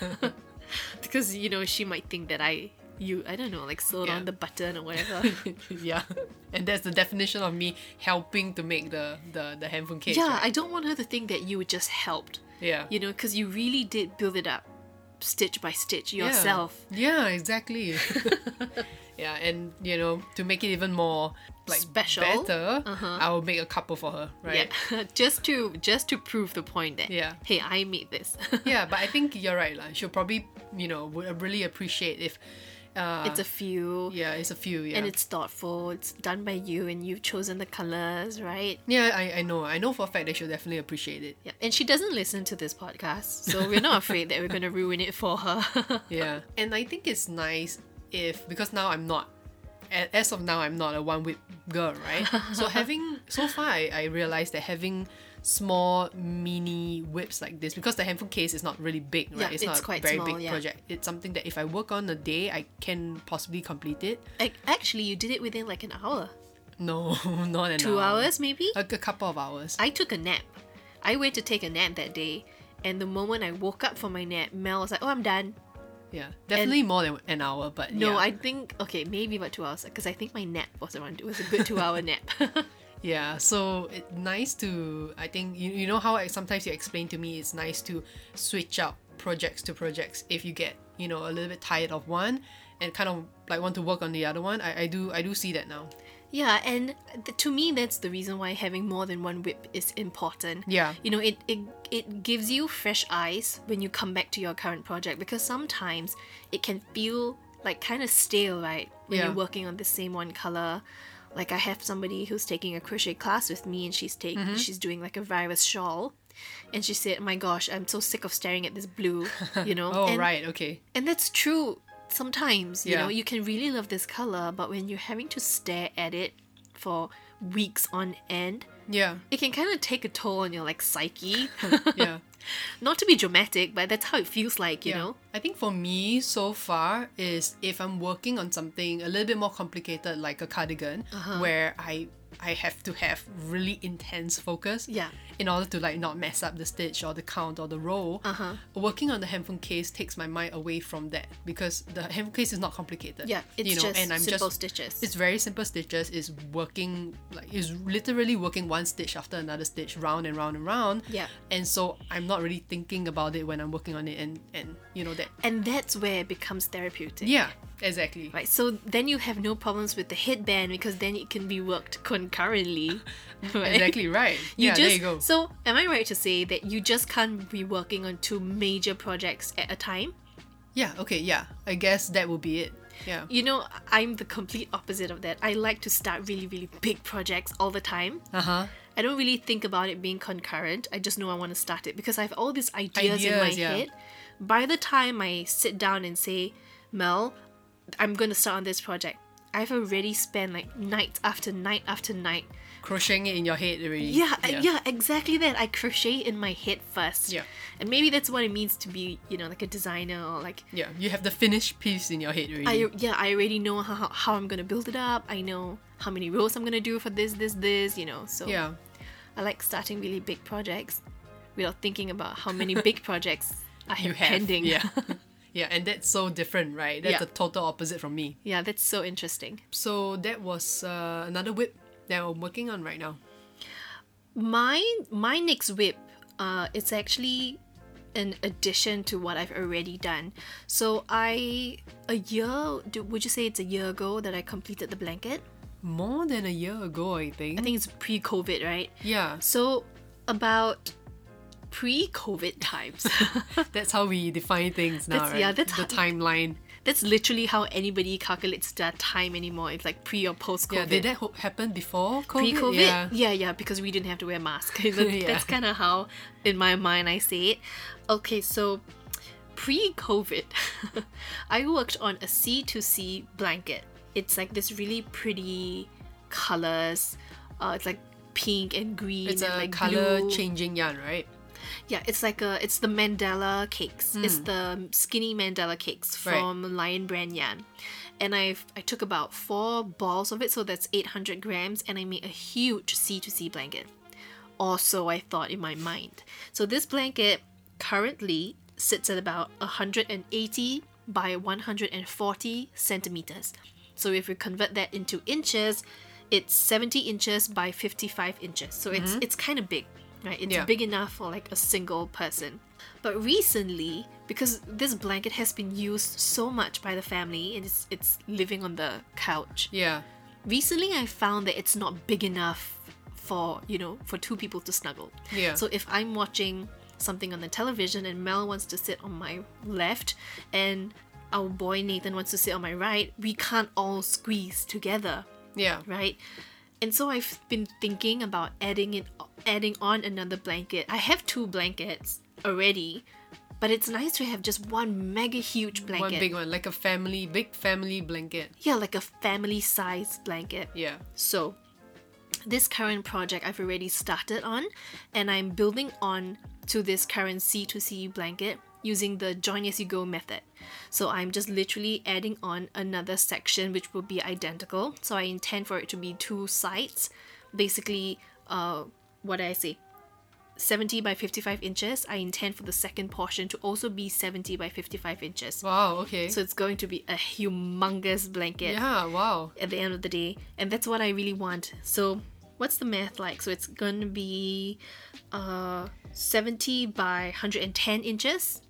because you know she might think that I you I don't know like slowed Yeah. on the button or whatever. yeah, and that's the definition of me helping to make the the, the handphone case. yeah, right? I don't want her to think that you just helped, yeah, you know, because you really did build it up, stitch by stitch yourself. Yeah, exactly. yeah, and you know, to make it even more like Special. Uh-huh. better, I will make a couple for her, right? Yeah, just to just to prove the point that Yeah. hey, I made this. yeah, but I think you're right, lah. She'll probably, you know, would really appreciate if. Uh, it's a few, yeah, it's a few. Yeah, and it's thoughtful. It's done by you, and you've chosen the colors, right? yeah, I, I know, I know for a fact that she'll definitely appreciate it. Yeah, and she doesn't listen to this podcast, so we're not afraid that we're gonna ruin it for her. Yeah, and I think it's nice if because now I'm not, a- as of now I'm not a one whip girl, right? so having so far I, I realized that having small mini whips like this because the handphone case is not really big, right? Yeah, not it's a quite very small, big yeah. project. It's something that if I work on a day, I can possibly complete it. Ac- Actually, you did it within like an hour, No, not an two hour. hours maybe. A, a couple of hours. I took a nap. I went to take a nap that day, and the moment I woke up from my nap, Mel was like, "Oh, I'm done." Yeah, definitely more than an hour, but No, yeah. I think okay, maybe about two hours, because I think my nap was around. It was a good two-hour nap. Yeah, so it's nice to I think you, you know how I, sometimes you explain to me it's nice to switch out projects to projects if you get you know a little bit tired of one and kind of like want to work on the other one. I, I do I do see that now. Yeah, and th- to me, that's the reason why having more than one whip is important. Yeah. You know, it, it, it gives you fresh eyes when you come back to your current project because sometimes it can feel like kind of stale, right? When Yeah. you're working on the same one color. Like I have somebody who's taking a crochet class with me and she's taking Mm-hmm. she's doing like a virus shawl. And she said, My gosh, I'm so sick of staring at this blue, you know. Oh and, right, okay. and that's true sometimes, you Yeah. know, you can really love this color, but when you're having to stare at it for weeks on end, Yeah. it can kind of take a toll on your like psyche. Yeah. Not to be dramatic, but that's how it feels like, you yeah. know. I think for me so far is if I'm working on something a little bit more complicated like a cardigan Uh-huh. where I I have to have really intense focus. Yeah. in order to like not mess up the stitch or the count or the roll. Uh-huh. Working on the handphone case takes my mind away from that because the handphone case is not complicated. Yeah, it's you know, just and I'm simple just stitches. it's very simple stitches. Is working like is literally working one stitch after another stitch, round and round and round. Yeah. And so I'm not really thinking about it when I'm working on it, and and you know that. and that's where it becomes therapeutic. Yeah, exactly. Right, so then you have no problems with the headband because then it can be worked concurrently. right? Exactly right. You yeah, just there you go. so am I right to say that you just can't be working on two major projects at a time? Yeah. Okay. Yeah. I guess that will be it. Yeah. You know, I'm the complete opposite of that. I like to start really, really big projects all the time. Uh huh. I don't really think about it being concurrent. I just know I want to start it because I have all these ideas, in my Ideas, yeah. head. By the time I sit down and say, Mel, I'm going to start on this project, I've already spent like night after night after night. Crocheting it in your head already. Yeah, yeah, exactly that. I crochet in my head first. Yeah. And maybe that's what it means to be, you know, like a designer or like Yeah, You have the finished piece in your head already. I yeah, I already know how, how- how I'm gonna build it up. I know how many rows I'm gonna do for this, this, this. You know, so yeah. I like starting really big projects without thinking about how many big projects I have, You have. pending. Yeah. yeah. And that's so different, right? That's Yeah. the total opposite from me. yeah, that's so interesting. So that was uh, another whip that I'm working on right now. My my next whip, uh, it's actually an addition to what I've already done. So I a year do, would you say it's a year ago that I completed the blanket? More than a year ago, I think. I think it's pre-COVID, right? yeah. So about pre-COVID times. That's how we define things now, That's- right? yeah, that's the how- timeline. That's literally how anybody calculates their time anymore. It's like pre or post Yeah, COVID. did that ho- happen before COVID? pre COVID? Yeah. Yeah. yeah, because we didn't have to wear masks. That- Yeah. That's kind of how, in my mind, I say it. Okay, so pre COVID, I worked on a C2C blanket. It's like this really pretty colors. Uh, it's like pink and green It's and a like color blue. changing yarn, right? Yeah, it's like a it's the Mandela cakes. It's the skinny Mandela cakes Right. from Lion Brand Yan. And I've I took about four balls of it, so that's eight hundred grams, and I made a huge C to C blanket. Or so I thought in my mind. So this blanket currently sits at about 180 by 140 centimeters. So if we convert that into inches, it's 70 inches by 55 inches. So it's it's kind of big, right? It's Yeah. big enough for like a single person. But recently, because this blanket has been used so much by the family and it's it's living on the couch. Yeah. Recently I found that it's not big enough for, you know, for two people to snuggle. Yeah. So if I'm watching something on the television and Mel wants to sit on my left and our boy Nathan wants to sit on my right, we can't all squeeze together Yeah. right? And so I've been thinking about adding it, adding on another blanket. I have two blankets already, but it's nice to have just one mega huge blanket. One big one, like a family, big family blanket. yeah, like a family size blanket. Yeah. So, this current project I've already started on, and I'm building on to this current C2C blanket using the join as you go method. So, I'm just literally adding on another section which will be identical. So, I intend for it to be two sides basically, uh, what did I say? 70 by 55 inches. I intend for the second portion to also be 70 by 55 inches. Wow. Okay. So, it's going to be a humongous blanket yeah. Wow. at the end of the day and that's what i really want so what's the math like so it's gonna be uh 70 by 110 inches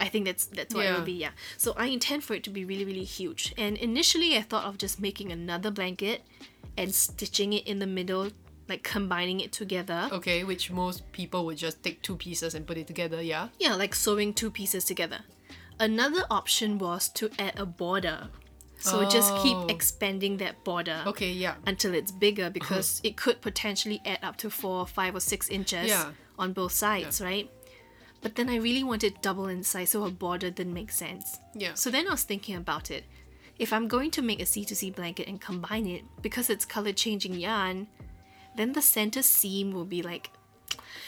i think that's that's what it Yeah. will be yeah so i intend for it to be really really huge and initially i thought of just making another blanket and stitching it in the middle like combining it together Okay. Which most people would just take two pieces and put it together. Yeah. yeah like sewing two pieces together another option was to add a border so just keep Oh. expanding that border Okay. Yeah. until it's bigger Uh-huh. because it could potentially add up to four, five, or six inches Yeah. on both sides, right? But then I really wanted double in size, so a border didn't make sense. Yeah. So then I was thinking about it. If I'm going to make a C2C blanket and combine it, because it's color changing yarn, then the center seam will be like,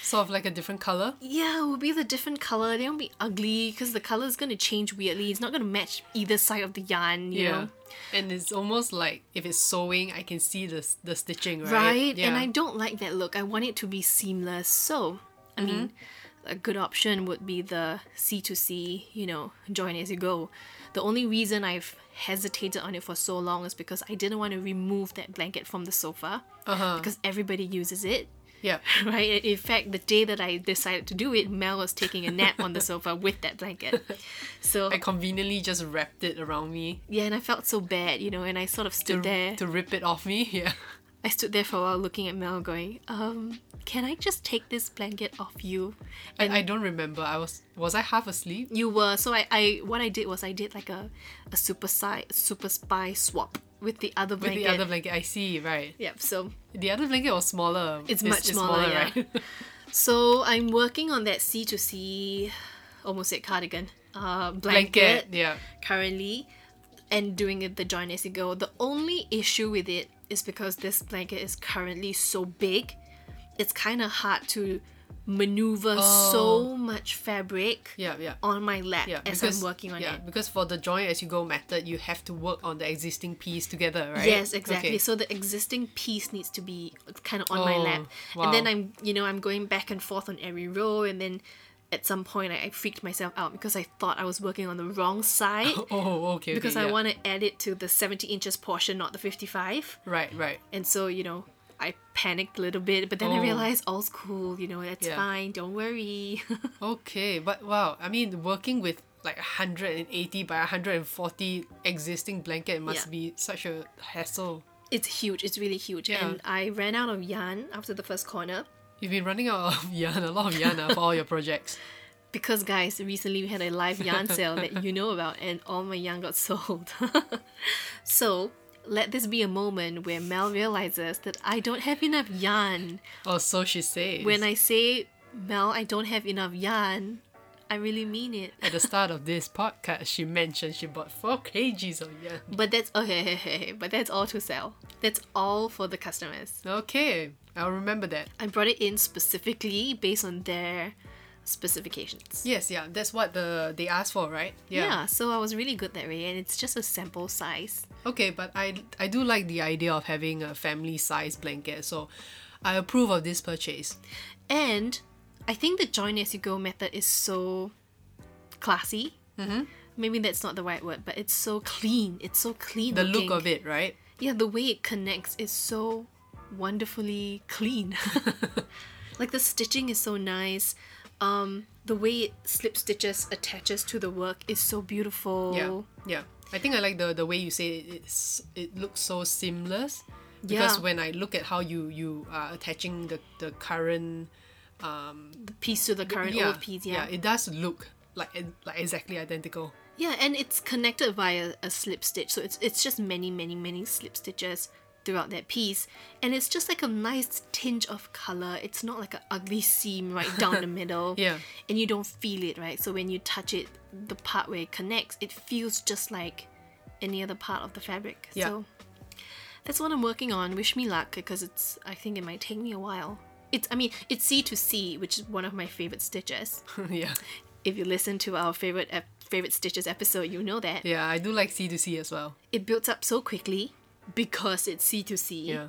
sort of like a different color. yeah, it will be the different color. They won't be ugly because the color is going to change weirdly. It's not going to match either side of the yarn, you know? And it's almost like if it's sewing, I can see the s- the stitching, right? right? Yeah. And I don't like that look. I want it to be seamless. So, I mean, Mm-hmm. a good option would be the C2C, you know, join as you go. The only reason I've hesitated on it for so long is because I didn't want to remove that blanket from the sofa Uh-huh. because everybody uses it. yeah. Right. In fact, the day that I decided to do it, Mel was taking a nap on the sofa with that blanket. So I conveniently just wrapped it around me yeah, and I felt so bad, you know. And I sort of stood there. to rip it off me. Yeah. I stood there for a while looking at Mel going, um, can I just take this blanket off you? And I, I don't remember. I was was I half asleep? You were so I, I what I did was I did like a, a super si- super spy swap with the other With blanket. the other blanket, I see. Right, Yep, so the other blanket was smaller. It's much smaller, yeah. right? so I'm working on that C to C almost said cardigan. Uh blanket, blanket, yeah. currently and doing it the join as you go. The only issue with it is because this blanket is currently so big, it's kind of hard to maneuver so much fabric Oh. Yeah, yeah. on my lap Yeah, as I'm working on yeah, it. because for the join as you go method, you have to work on the existing piece together, right? Yes, exactly. Okay. So the existing piece needs to be kind of on my Oh, lap, and then wow. I'm, you know, I'm going back and forth on every row, and then at some point I, I freaked myself out because I thought I was working on the wrong side Oh, okay. okay, because I yeah. want to add it to the 70 inches portion, not the 55. Right, right. And so, you know, I panicked a little bit, but then I Oh. realized all's cool, you know, that's Yeah. fine, don't worry. Okay, but wow, I mean, working with like 180 by 140 existing blanket must Yeah. be such a hassle. it's huge, it's really huge. Yeah. And I ran out of yarn after the first corner You've been running out of yarn, a lot of yarn ah, for all your projects. because, guys, recently we had a live yarn sale that you know about, and all my yarn got sold. so, let this be a moment where Mel realizes that I don't have enough yarn. Or Oh, so she says. When I say, Mel, I don't have enough yarn, I really mean it. At the start of this podcast, she mentioned she bought 4 kgs of yarn. But that's okay, but that's all to sell. That's all for the customers. Okay, I'll remember that. I brought it in specifically based on their specifications. Yes, yeah, that's what the they asked for, right? so I was really good that way, and it's just a sample size. Okay, but I I do like the idea of having a family size blanket, so I approve of this purchase. And I think the join as you go method is so classy. Mm-hmm. Maybe that's not the right word, but it's so clean. It's so clean. The look of it, right? Yeah, the way it connects is so wonderfully clean. like the stitching is so nice. Um, the way it slip stitches attaches to the work is so beautiful. Yeah, yeah. I think I like the the way you say it. It's it looks so seamless because Yeah. when I look at how you you are attaching the the current The piece to the current yeah, old piece, yeah. yeah. it does look like it- like exactly identical. and it's connected via a slip stitch. So it's it's just many, many, many slip stitches throughout that piece. And it's just like a nice tinge of colour. It's not like an ugly seam right down the middle. Yeah. and you don't feel it, right? So when you touch it, the part where it connects, it feels just like any other part of the fabric. Yeah. So that's what I'm working on. Wish me luck because it's I think it might take me a while. It's I mean, it's C to C, which is one of my favorite stitches. yeah, If you listen to our favorite ep- favorite stitches episode, you know that. yeah. I do like C to C as well. It builds up so quickly because it's C to C. Yeah.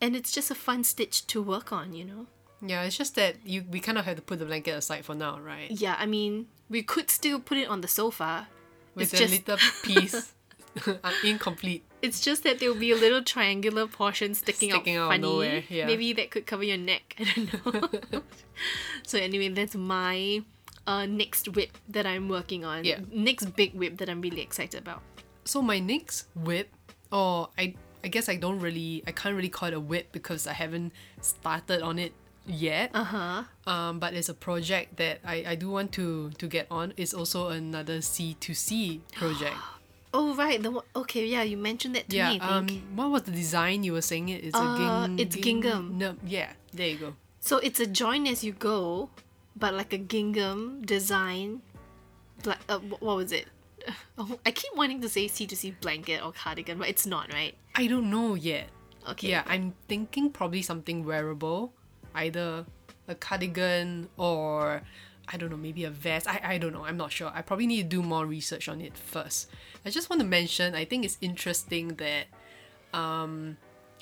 And it's just a fun stitch to work on, you know. Yeah, it's just that you we kind of have to put the blanket aside for now, right? Yeah, I mean, we could still put it on the sofa. With It's a just- little piece uh, incomplete. It's just that there will be a little triangular portion sticking, Sticking out, out of funny. nowhere, yeah. Maybe that could cover your neck. I don't know. so anyway, that's my uh, next whip that I'm working on. Yeah. Next big whip that I'm really excited about. So my next whip, or I I guess I don't really I can't really call it a whip because I haven't started on it yet. Uh huh. Uh-huh. Um, but it's a project that I I do want to to get on. It's also another C 2 C project. Oh right, the one- okay yeah you mentioned that to yeah. me. I Um, think. what was the design you were saying? It it's a Uh, ging. it's ging- gingham. No, yeah. There you go. so it's a join as you go, but like a gingham design. Like uh, wh- what was it? Oh, I keep wanting to say C to C blanket or cardigan, but it's not right. I don't know yet. Okay. Yeah, I'm thinking probably something wearable, either a cardigan or I don't know, maybe a vest. I, I don't know, I'm not sure. I probably need to do more research on it first. I just want to mention, I think it's interesting that um,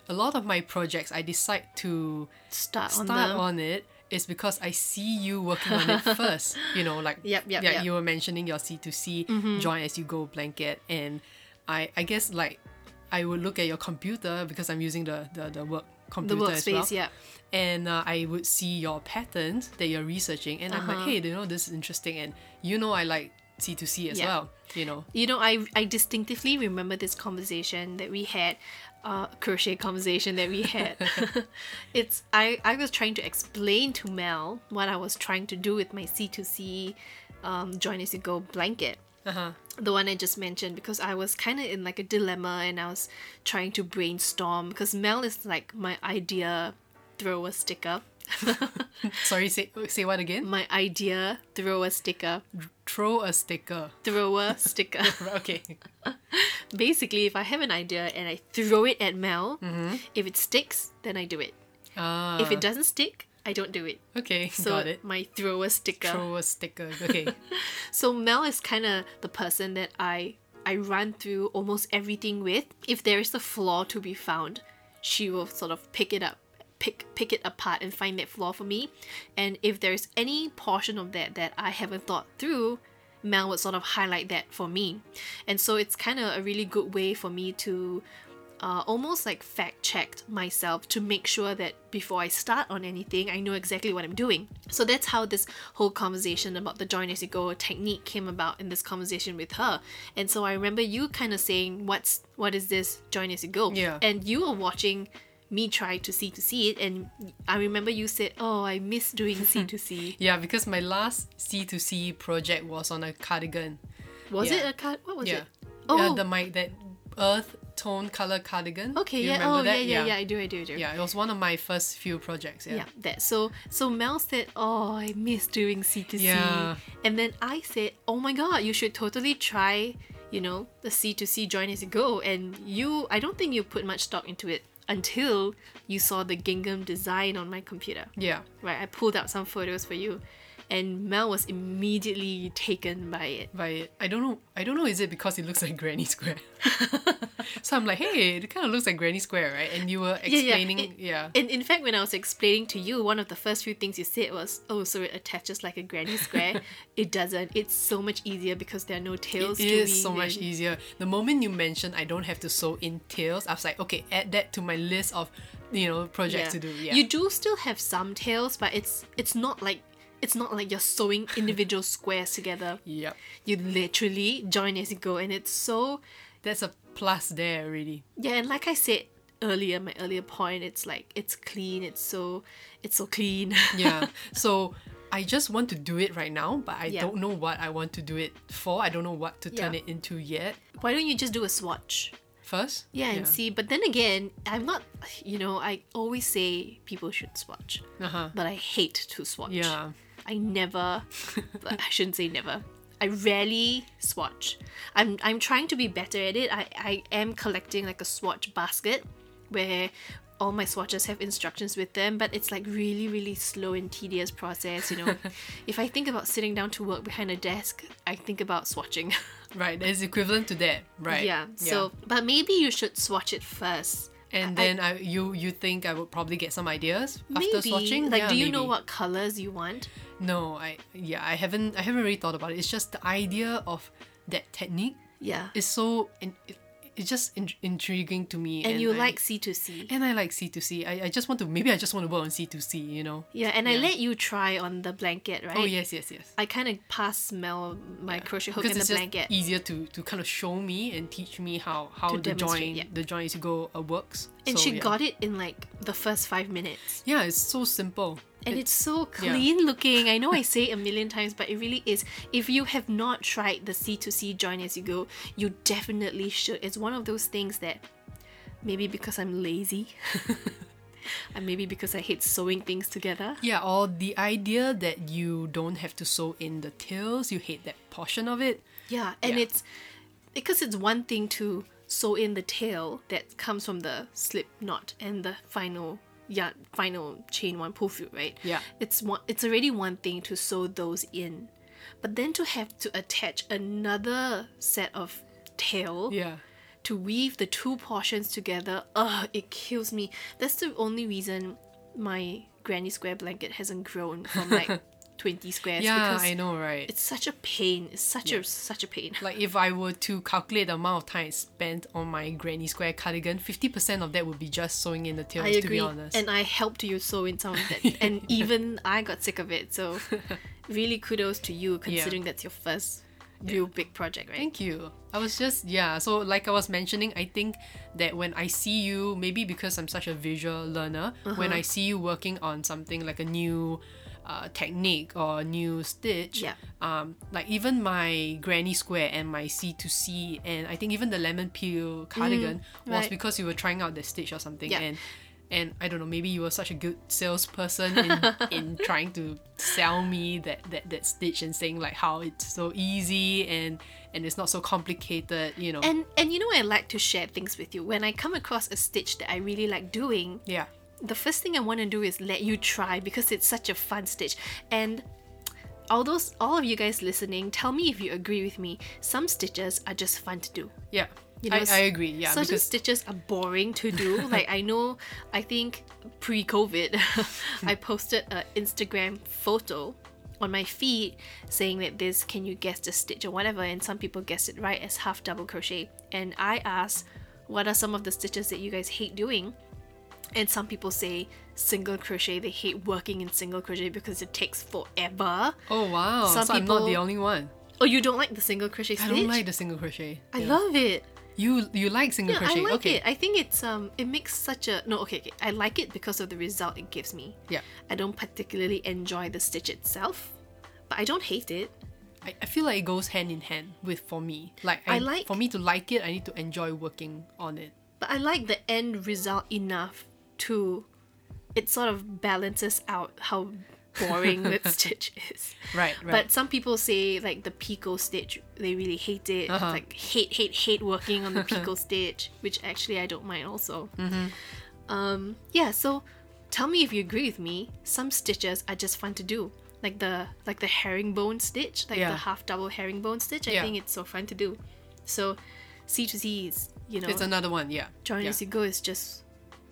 a lot of my projects I decide to Start, on start the on it is because I see you working on it first. You know, like Yep, yep, yeah, yep. Mm-hmm. you were mentioning your C2C join as you go blanket and I I guess like I would look at your computer because I'm using the the, the work the computer as workspace. well. Yeah. And uh, I would Uh-huh. see your patterns that you're researching and I'm like, hey, you know, this is interesting and you know I like C2C as Yeah. well, you know. You know, I, I distinctively remember this conversation that we had, uh, crochet conversation that we had. it's I, I was trying to explain to Mel what I was trying to do with my C2C um, join as you go blanket. The one I just mentioned because I was kind of in like a dilemma and I was trying to brainstorm because Mel is like my idea thrower sticker. Sorry, say say what again? My idea thrower sticker. Throw a sticker. Thrower sticker. Okay. basically if i have an idea and i throw it at mel Mm-hmm. if it sticks then i do it Ah, if it doesn't stick i don't do it okay, so got it. my thrower sticker Throw a sticker. Okay. so mel is kind of the person that i i run through almost everything with if there is a flaw to be found she will sort of pick it up pick pick it apart and find that flaw for me and if there's any portion of that that i haven't thought through mel would sort of highlight that for me and so it's kind of a really good way for me to uh, almost like fact checked myself to make sure that before I start on anything, I know exactly what I'm doing. So that's how this whole conversation about the join as you go technique came about in this conversation with her. And so I remember you kind of saying, "What's what is this join as you go?" Yeah. And you were watching me try to see to see it, and I remember you said, "Oh, I miss doing C to C." yeah, because my last C2C project was on a cardigan. Was Yeah. it a card? What was Yeah. it? Oh, Yeah, the my that earth tone color cardigan. okay, You yeah. remember Oh, yeah, that? yeah, yeah. I do, I do, I do. Yeah, it was one of my first few projects. Yeah. Yeah, that. So so Mel said, "Oh, I miss doing C to C," Yeah. and then I said, "Oh my God, you should totally try, you know, the C to C join as you go." And you, I don't think you put much stock into it until you saw the gingham design on my computer. Yeah. Right, I pulled out some photos for you, and Mel was immediately taken by it. By I don't know I don't know is it because it looks like Granny Square. so I'm like, hey, it kind of looks like Granny Square, right? And you were explaining, yeah. it- And in fact, when I was explaining to you, one of the first few things you said was, "Oh, so it attaches like a granny square." it doesn't. It's so much easier because there are no tails. It to is weave so much in. easier. The moment you mentioned I don't have to sew in tails, I was like, okay, add that to my list of, you know, projects to do. Yeah. You do still have some tails, but it's it's not like it's not like you're sewing individual squares together. yep. You literally join as you go, and it's so That's a plus there already. yeah. And like I said earlier, my earlier point, it's like it's clean. It's so it's so clean. Yeah. so I just want to do it right now, but I Yeah. don't know what I want to do it for. I don't know what to turn Yeah. it into yet. Why don't you just do a swatch? First? Yeah, and see. But then again, I'm not. You know, I always say people should swatch, Uh-huh. but I hate to swatch. Yeah. I never. but I shouldn't say never. I rarely swatch. I'm I'm trying to be better at it. I I am collecting like a swatch basket, where all my swatches have instructions with them. But it's like really really slow and tedious process. You know, if I think about sitting down to work behind a desk, I think about swatching. Right. That's equivalent to that. Right. yeah. So, but maybe you should swatch it first. and I- then I, you you think I would probably get some ideas after swatching? Like, Yeah, do you know maybe. what colors you want? No, I yeah, I haven't I haven't really thought about it. It's just the idea of that technique Yeah. is so in, it, it's just in, intriguing to me. and you I- like C to C. and I like C 2 C. I, I just want to maybe I just want to work on C 2 C. You know. Yeah, and I let you try on the blanket, right? Oh yes, yes, yes. I kind of pass smell my crochet hook Because in the it's just blanket. easier to, to kind of show me and teach me how, how the demonstrate, join yeah. the join is go uh, works. and So, she yeah. got it in like the first five minutes. yeah, it's so simple. And it's so clean looking. I know I say it a million times, but it really is. If you have not tried the C2C join as you go, you definitely should. It's one of those things that maybe because I'm lazy, and maybe because I hate sewing things together. Yeah, or the idea that you don't have to sew in the tails, you hate that portion of it. Yeah, and Yeah. it's because it's one thing to sew in the tail that comes from the slip knot and the final yarn, final chain one pull through, right? Yeah. it's one. It's already one thing to sew those in, but then to have to attach another set of tail Yeah. to weave the two portions together, ugh, it kills me. That's the only reason my granny square blanket hasn't grown from like twenty squares yeah, because I know, right? it's such a pain. It's such a such a pain. Like if I were to calculate the amount of time I spent on my granny square cardigan, fifty percent of that would be just sewing in the tails. I To agree, be honest, and I helped you sew in some of that, and even I got sick of it. So, really, kudos to you considering that's your first real big project, right? Thank you. I was just yeah. So like I was mentioning, I think that when I see you, maybe because I'm such a visual learner, Uh-huh. when I see you working on something like a new uh, technique or a new stitch, Yeah. um, like even my granny square and my C 2 C, and I think even the lemon peel cardigan was Mm, right. because you were trying out the stitch or something, Yeah. and and I don't know, maybe you were such a good salesperson in, in trying to sell me that, that that stitch and saying like how it's so easy and and it's not so complicated, you know. And and you know I like to share things with you. When I come across a stitch that I really like doing, yeah. the first thing I want to do is let you try because it's such a fun stitch. And all those all of you guys listening, tell me if you agree with me. Some stitches are just fun to do. Yeah. You know, I, I agree, yeah. Certain because stitches are boring to do. like I know, I think pre-COVID, I posted an Instagram photo on my feed saying that this can you guess the stitch or whatever, and some people guessed it right as half double crochet. And I asked, what are some of the stitches that you guys hate doing? And some people say single crochet. They hate working in single crochet because it takes forever. Oh wow. some so I'm not the people- only one. Oh, you don't like the single crochet I stitch? don't like the single crochet. I love it. You you like single Yeah, crochet. I like okay. it. I think it's um it makes such a no okay, okay I like it because of the result it gives me. Yeah. I don't particularly enjoy the stitch itself, but I don't hate it. I, I feel like it goes hand in hand with for me. Like I like- for me to like it, I need to enjoy working on it. But I like the end result enough to it sort of balances out how boring that stitch is. Right, right. But some people say like the pico stitch, they really hate it. Uh-huh. Like hate, hate, hate working on the pico stitch, which actually I don't mind also. Mm-hmm. Um, yeah. So tell me if you agree with me. Some stitches are just fun to do, like the like the herringbone stitch, like Yeah. the half double herringbone stitch. I Yeah. think it's so fun to do. So C to Z is you know it's another one, yeah. Johnny yeah. yeah. Go is just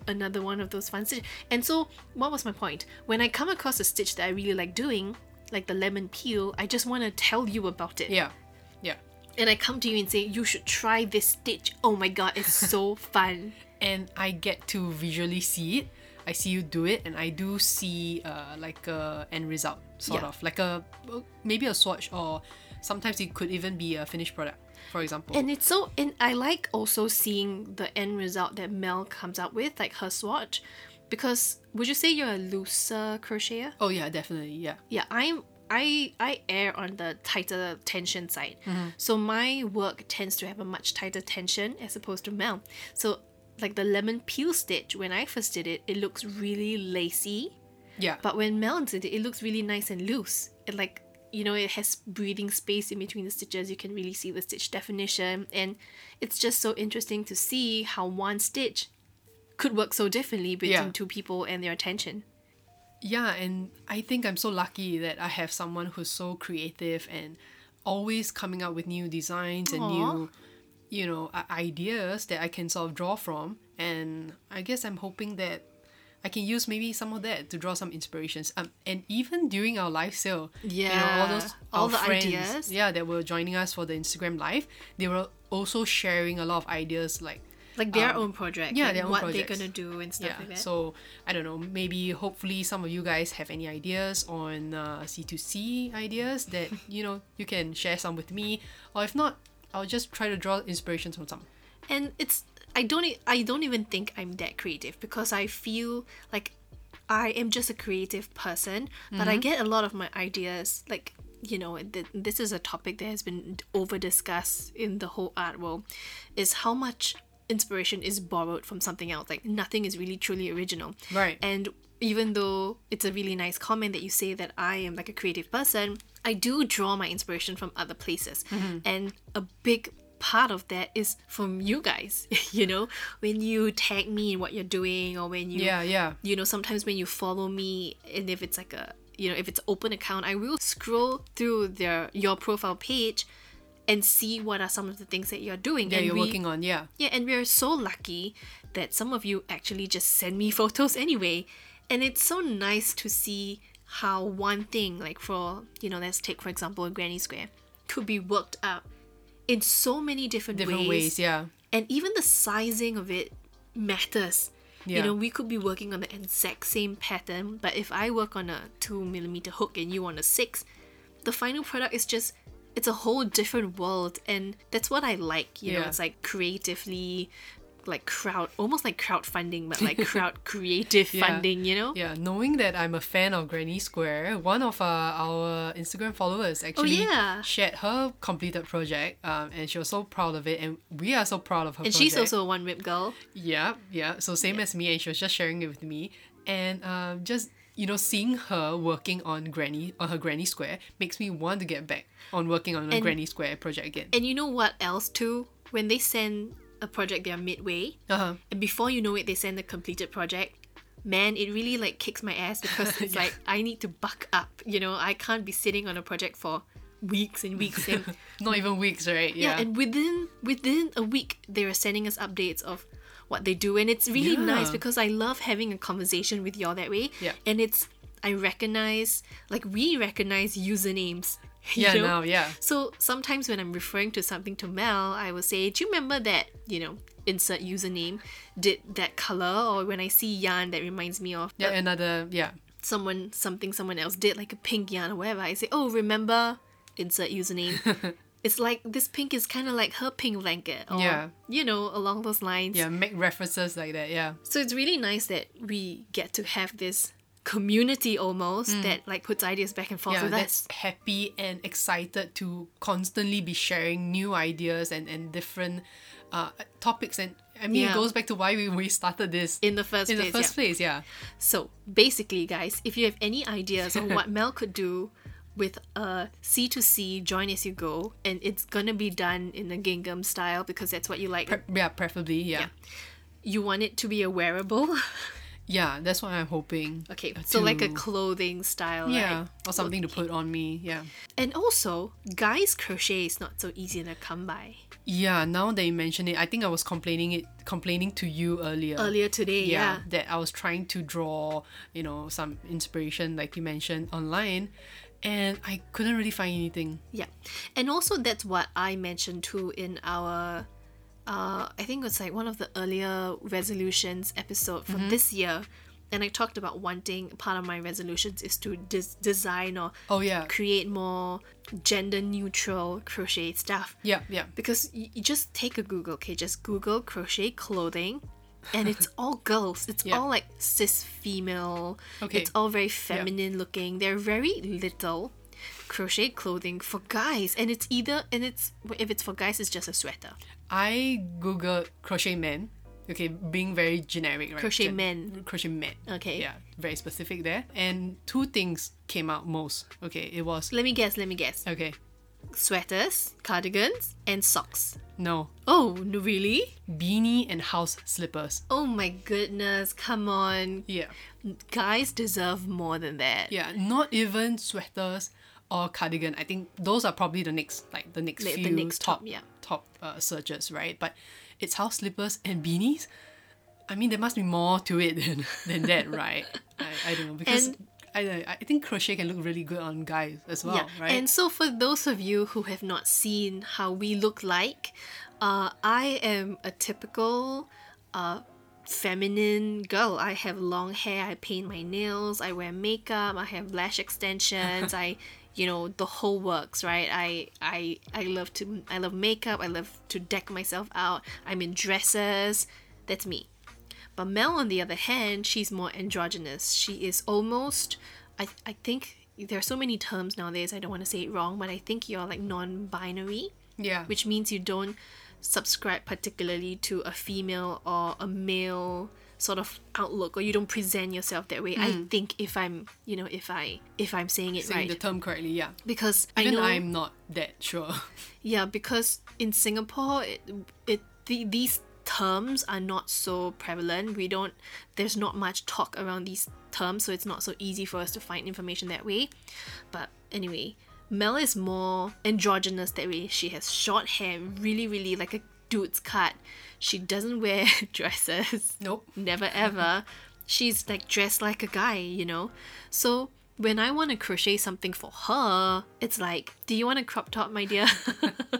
another one of those fun stitch. And so, what was my point? When I come across a stitch that I really like doing, like the lemon peel, I just want to tell you about it. Yeah. Yeah. And I come to you and say, you should try this stitch. Oh my god, it's so fun. and I get to visually see it. I see you do it, and I do see uh, like a end result, sort Yeah. of like a maybe a swatch, or sometimes it could even be a finished product, for example. And it's so, and I like also seeing the end result that Mel comes up with, like her swatch, because would you say you're a looser crocheter? oh yeah, definitely, yeah, yeah i'm i i err on the tighter tension side so my work tends to have a much tighter tension as opposed to mel so like the lemon peel stitch when i first did it it looks really lacy yeah, but when mel did it it looks really nice and loose it like you know it has breathing space in between the stitches you can really see the stitch definition and it's just so interesting to see how one stitch could work so differently between Yeah. two people and their attention yeah. And I think I'm so lucky that I have someone who's so creative and always coming up with new designs and new, you know, i- ideas that I can sort of draw from. And I guess I'm hoping that I can use maybe some of that to draw some inspirations. Um, and even during our live sale, you know, Yeah, all those all our the friends, ideas. yeah, that were joining us for the Instagram live, they were also sharing a lot of ideas, like like their own project Um, yeah, and their own what projects. they're gonna do and stuff yeah. like that So I don't know, maybe hopefully some of you guys have any ideas on uh, C two C ideas that you know you can share some with me, or if not, I'll just try to draw inspirations from some. and it's I don't e- I don't even think I'm that creative because I feel like I am just a creative person, but Mm-hmm. I get a lot of my ideas like you know th- this is a topic that has been over discussed in the whole art world is how much inspiration is borrowed from something else like nothing is really truly original Right. and even though it's a really nice comment that you say that I am like a creative person, I do draw my inspiration from other places. Mm-hmm. And a big part of that is from you guys, you know, when you tag me in what you're doing or when you Yeah, yeah, you know, sometimes when you follow me and if it's like a you know, if it's open account, I will scroll through their your profile page and see what are some of the things that you're doing. yeah. and You're we- working on yeah. yeah, and we are so lucky that some of you actually just send me photos anyway. And it's so nice to see how one thing, like for, you know, let's take for example Granny Square, could be worked up in so many different, Different ways, yeah. And even the sizing of it matters. You Yeah. know, we could be working on the exact same pattern, but if I work on a 2 millimeter hook and you on a 6, the final product is just it's a whole different world and that's what I like, you know. Yeah. It's like creatively like crowd almost like crowdfunding but like crowd creative Yeah. funding, you know? Yeah, knowing that I'm a fan of Granny Square, one of uh, our Instagram followers actually Oh, yeah. shared her completed project, um, and she was so proud of it, and we are so proud of her. And project. she's also a one whip girl. yeah, yeah. So same as me, and she was just sharing it with me, and um, just you know, seeing her working on Granny on her Granny Square makes me want to get back on working on a Granny Square project again. And you know what else too? When they send a project they are midway Uh huh. and before you know it they send the completed project. Man, it really like kicks my ass because it's like I need to buck up, you know, I can't be sitting on a project for weeks and weeks and Not even weeks, right? yeah. and within within a week they are sending us updates of what they do and it's really Yeah. nice because i love having a conversation with y'all that way Yeah. and it's i recognize like we recognize usernames you yeah. know? Now, yeah. so sometimes when i'm referring to something to mel i will say do you remember that you know insert username did that color or when i see yarn that reminds me of Yeah. uh, Another. Yeah. someone something someone else did like a pink yarn or whatever i say oh remember insert username it's like this pink is kind of like her pink blanket or Yeah. you know along those lines Yeah. Make references like that. Yeah. so it's really nice that we get to have this community almost that like puts ideas back and forth Mm. with yeah, that's us happy and excited to constantly be sharing new ideas and, and different uh, topics. And I mean, Yeah. it goes back to why we, we started this in the first in place the yeah. first place. Yeah. so basically guys if you have any ideas on what mel could do with a c2c join as you go and it's gonna be done in the gingham style because that's what you like Pre- yeah, preferably. Yeah. yeah. you want it to be a wearable that's what I'm hoping. Okay, so like a to- clothing style, Yeah, right? or something to put on me. Yeah. And also, guys' crochet is not so easy to come by. Yeah, now that you mention it, I think I was complaining it complaining to you earlier. Earlier today, Uh, yeah, yeah, that I was trying to draw, you know, some inspiration like you mentioned online and I couldn't really find anything. yeah, and also that's what I mentioned too in our, uh, I think it's like one of the earlier resolutions episode for this year, and I talked about wanting part of my resolutions is to des- design or Oh yeah. create more gender neutral crochet stuff. Yeah, yeah. because you, you just take a Google, okay, just Google crochet clothing, and it's all girls. It's Yeah. all like cis female. Okay. It's all very feminine looking. They're very little crochet clothing for guys, and it's either and it's if it's for guys, it's just a sweater. I googled crochet men. Okay, being very generic, right? Crochet men. Crochet men. Okay. Yeah, very specific there. And two things came out most. Okay, it was Let me guess. Let me guess. okay. Sweaters, cardigans, and socks. No, Oh, no, really? beanie and house slippers. Oh my goodness! Come on, Yeah, guys deserve more than that. yeah. Not even sweaters or cardigan. I think those are probably the next, like the next The- the few next top, top, yeah. top uh, searches, right? But it's house slippers and beanies. I mean, there must be more to it than, than that, right? I, I don't know because. And- I, don't know, I think crochet can look really good on guys as well, right? And so, for those of you who have not seen how we look like, uh, I am a typical uh, feminine girl. I have long hair, I paint my nails, I wear makeup, I have lash extensions, I you know the whole works right i i i love to i love makeup i love to deck myself out i'm in dresses that's me but Mel, on the other hand, she's more androgynous. She is almost, I, I think there are so many terms nowadays, I don't want to say it wrong, but I think you're like non binary, yeah. which means you don't subscribe particularly to a female or a male sort of outlook or you don't present yourself that way i think if i'm you know if i if i'm saying it Hmm. saying right the term correctly, yeah. because i Even know I'm not that sure. yeah, because in Singapore, it, it the, these terms are not so prevalent. We don't there's not much talk around these terms, so it's not so easy for us to find information that way. But anyway, Mel is more androgynous that way. She has short hair, really, really like a dude's cut. She doesn't wear dresses Nope. never ever. She's like dressed like a guy, you know? So when I want to crochet something for her, it's like, do you want a crop top, my dear?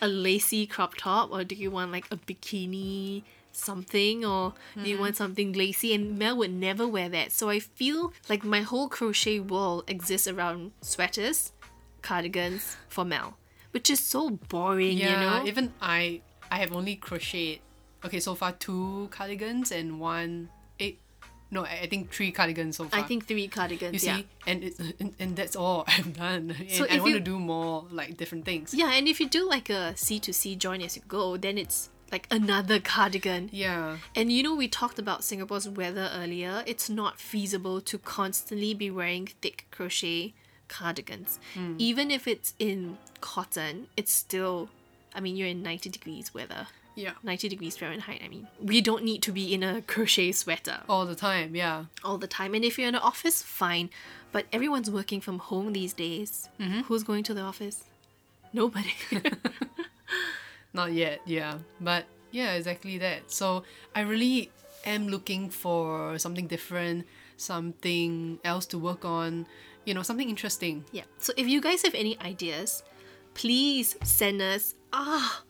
a lacy crop top? Or do you want like a bikini something? Or do Mm-hmm. you want something lacy? And Mel would never wear that. So I feel like my whole crochet world exists around sweaters, cardigans for Mel, which is so boring, Yeah, you know? even I I have only crocheted okay so far two cardigans and one eight no I, I think three cardigans so far. I think three cardigans, you see, yeah. and, it, and and that's all I've done. And So I if want you- to do more like different things. Yeah, and if you do like a C2C join as you go, then it's like another cardigan. Yeah, And you know, we talked about Singapore's weather earlier. It's not feasible to constantly be wearing thick crochet cardigans. Even if it's in cotton, it's still, I mean, you're in 90 degrees weather, yeah, 90 degrees Fahrenheit, I mean. We don't need to be in a crochet sweater all the time. Yeah, all the time. And if you're in the office, fine. But everyone's working from home these days. Who's going to the office? Nobody. not yet. Yeah, but yeah, exactly that. So I really am looking for something different, something else to work on. You know, something interesting. Yeah. So if you guys have any ideas, please send us. Ah,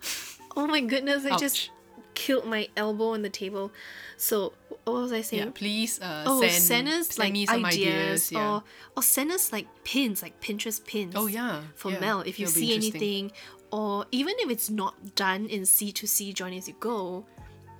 oh my goodness! I just Ouch. killed my elbow on the table. So what was I saying? Yeah, please uh, Oh, send, send, us like send me some ideas, yeah. or or send us like pins, like Pinterest pins. Oh, yeah, For yeah, Mel, if you that'll be see interesting. anything, or even if it's not done in C 2 C join as you go.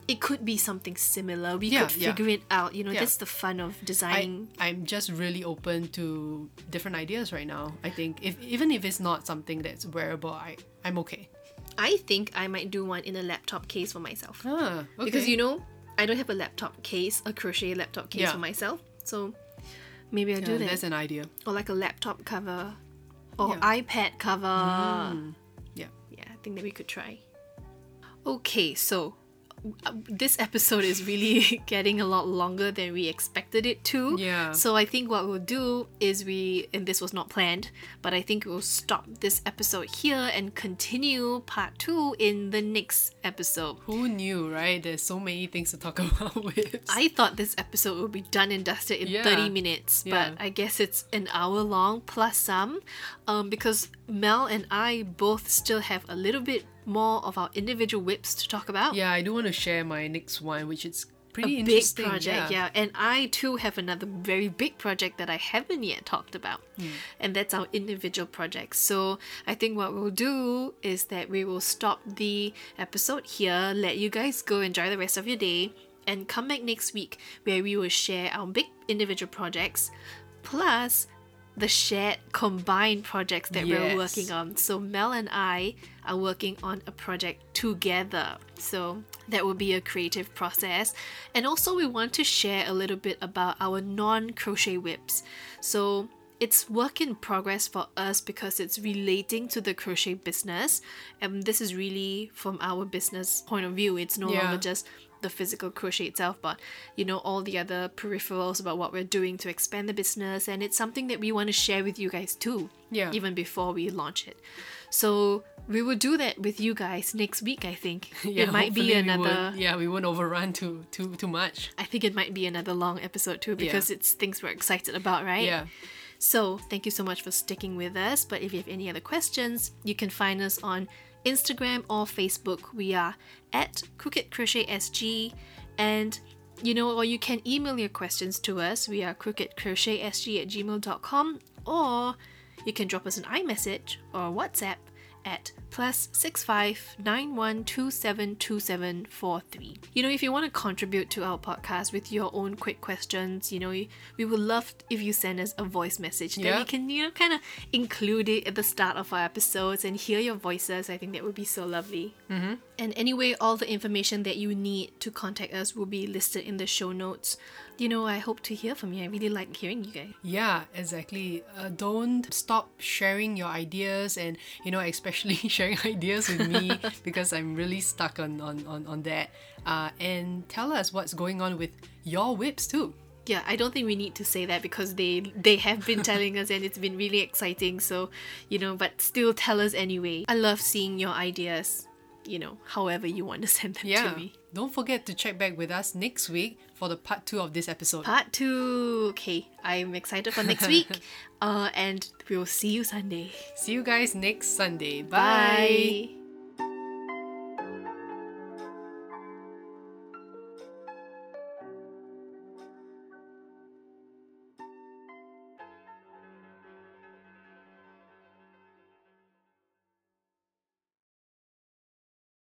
It could be something similar. We Yeah, could yeah. figure it out. You know, Yeah. that's the fun of I, designing. I'm just really open to different ideas right now. I think if even if it's not something that's wearable, I I'm okay. I think I might do one in a laptop case for myself. Ah, okay. because you know I don't have a laptop case, a crochet laptop case Yeah. for myself. So maybe I'll do Yeah, that, that's an idea. or like a laptop cover, or Yeah. Mm. iPad cover. Yeah. Yeah, I think that we could try. Okay, so uh, this episode is really getting a lot longer than we expected it to. Yeah. So I think what we'll do is we, and this was not planned, but I think we'll stop this episode here and continue part two in the next episode. Who knew, right? There's so many things to talk about with. I thought this episode would be done and dusted in Yeah. 30 minutes, Yeah. but I guess it's an hour long plus some um, because Mel and I both still have a little bit more of our individual whips to talk about. yeah, I do want to share my next one, which is A pretty big interesting. project, yeah. And I too have another very big project that I haven't yet talked about, Hmm. and that's our individual projects. So I think what we'll do is that we will stop the episode here, let you guys go enjoy the rest of your day, and come back next week where we will share our big individual projects plus the shared combined projects that we're Yes. working on. So Mel and I are working on a project together. So that will be a creative process. And also we want to share a little bit about our non-crochet whips. So it's work in progress for us because it's relating to the crochet business. And this is really from our business point of view. It's no Yeah. longer just the physical crochet itself, but you know, all the other peripherals about what we're doing to expand the business. And it's something that we want to share with you guys too. Yeah. Even before we launch it. So we will do that with you guys next week, I think. it might be hopefully we another won't- yeah, we won't overrun too too too much. I think it might be another long episode too because it's things we're excited about, right? Yeah. So, thank you so much for sticking with us. But if you have any other questions, you can find us on Instagram or Facebook. We are at Crooked Crochet SG. And you know, or you can email your questions to us. We are crookedcrochetSG at gmail.com or you can drop us an iMessage or WhatsApp at plus six five nine one two seven two seven four three. You know, if you want to contribute to our podcast with your own quick questions, you know, we we would love if you send us a voice message that Yeah. we can, you know, kind of include it at the start of our episodes and hear your voices. I think that would be so lovely. And anyway, all the information that you need to contact us will be listed in the show notes. You know, I hope to hear from you. I really like hearing you guys. Yeah, exactly. Uh, don't stop sharing your ideas and, you know, especially sharing ideas with me because I'm really stuck on, on, on, on that. Uh, and tell us what's going on with your whips too. Yeah, I don't think we need to say that because they they have been telling us and it's been really exciting. So, you know, but still tell us anyway. I love seeing your ideas, you know, however you want to send them Yeah. to me. Don't forget to check back with us next week for the part two of this episode. Part two. Okay, I'm excited for next week. Uh, and we'll see you Sunday. See you guys next Sunday. Bye. Bye.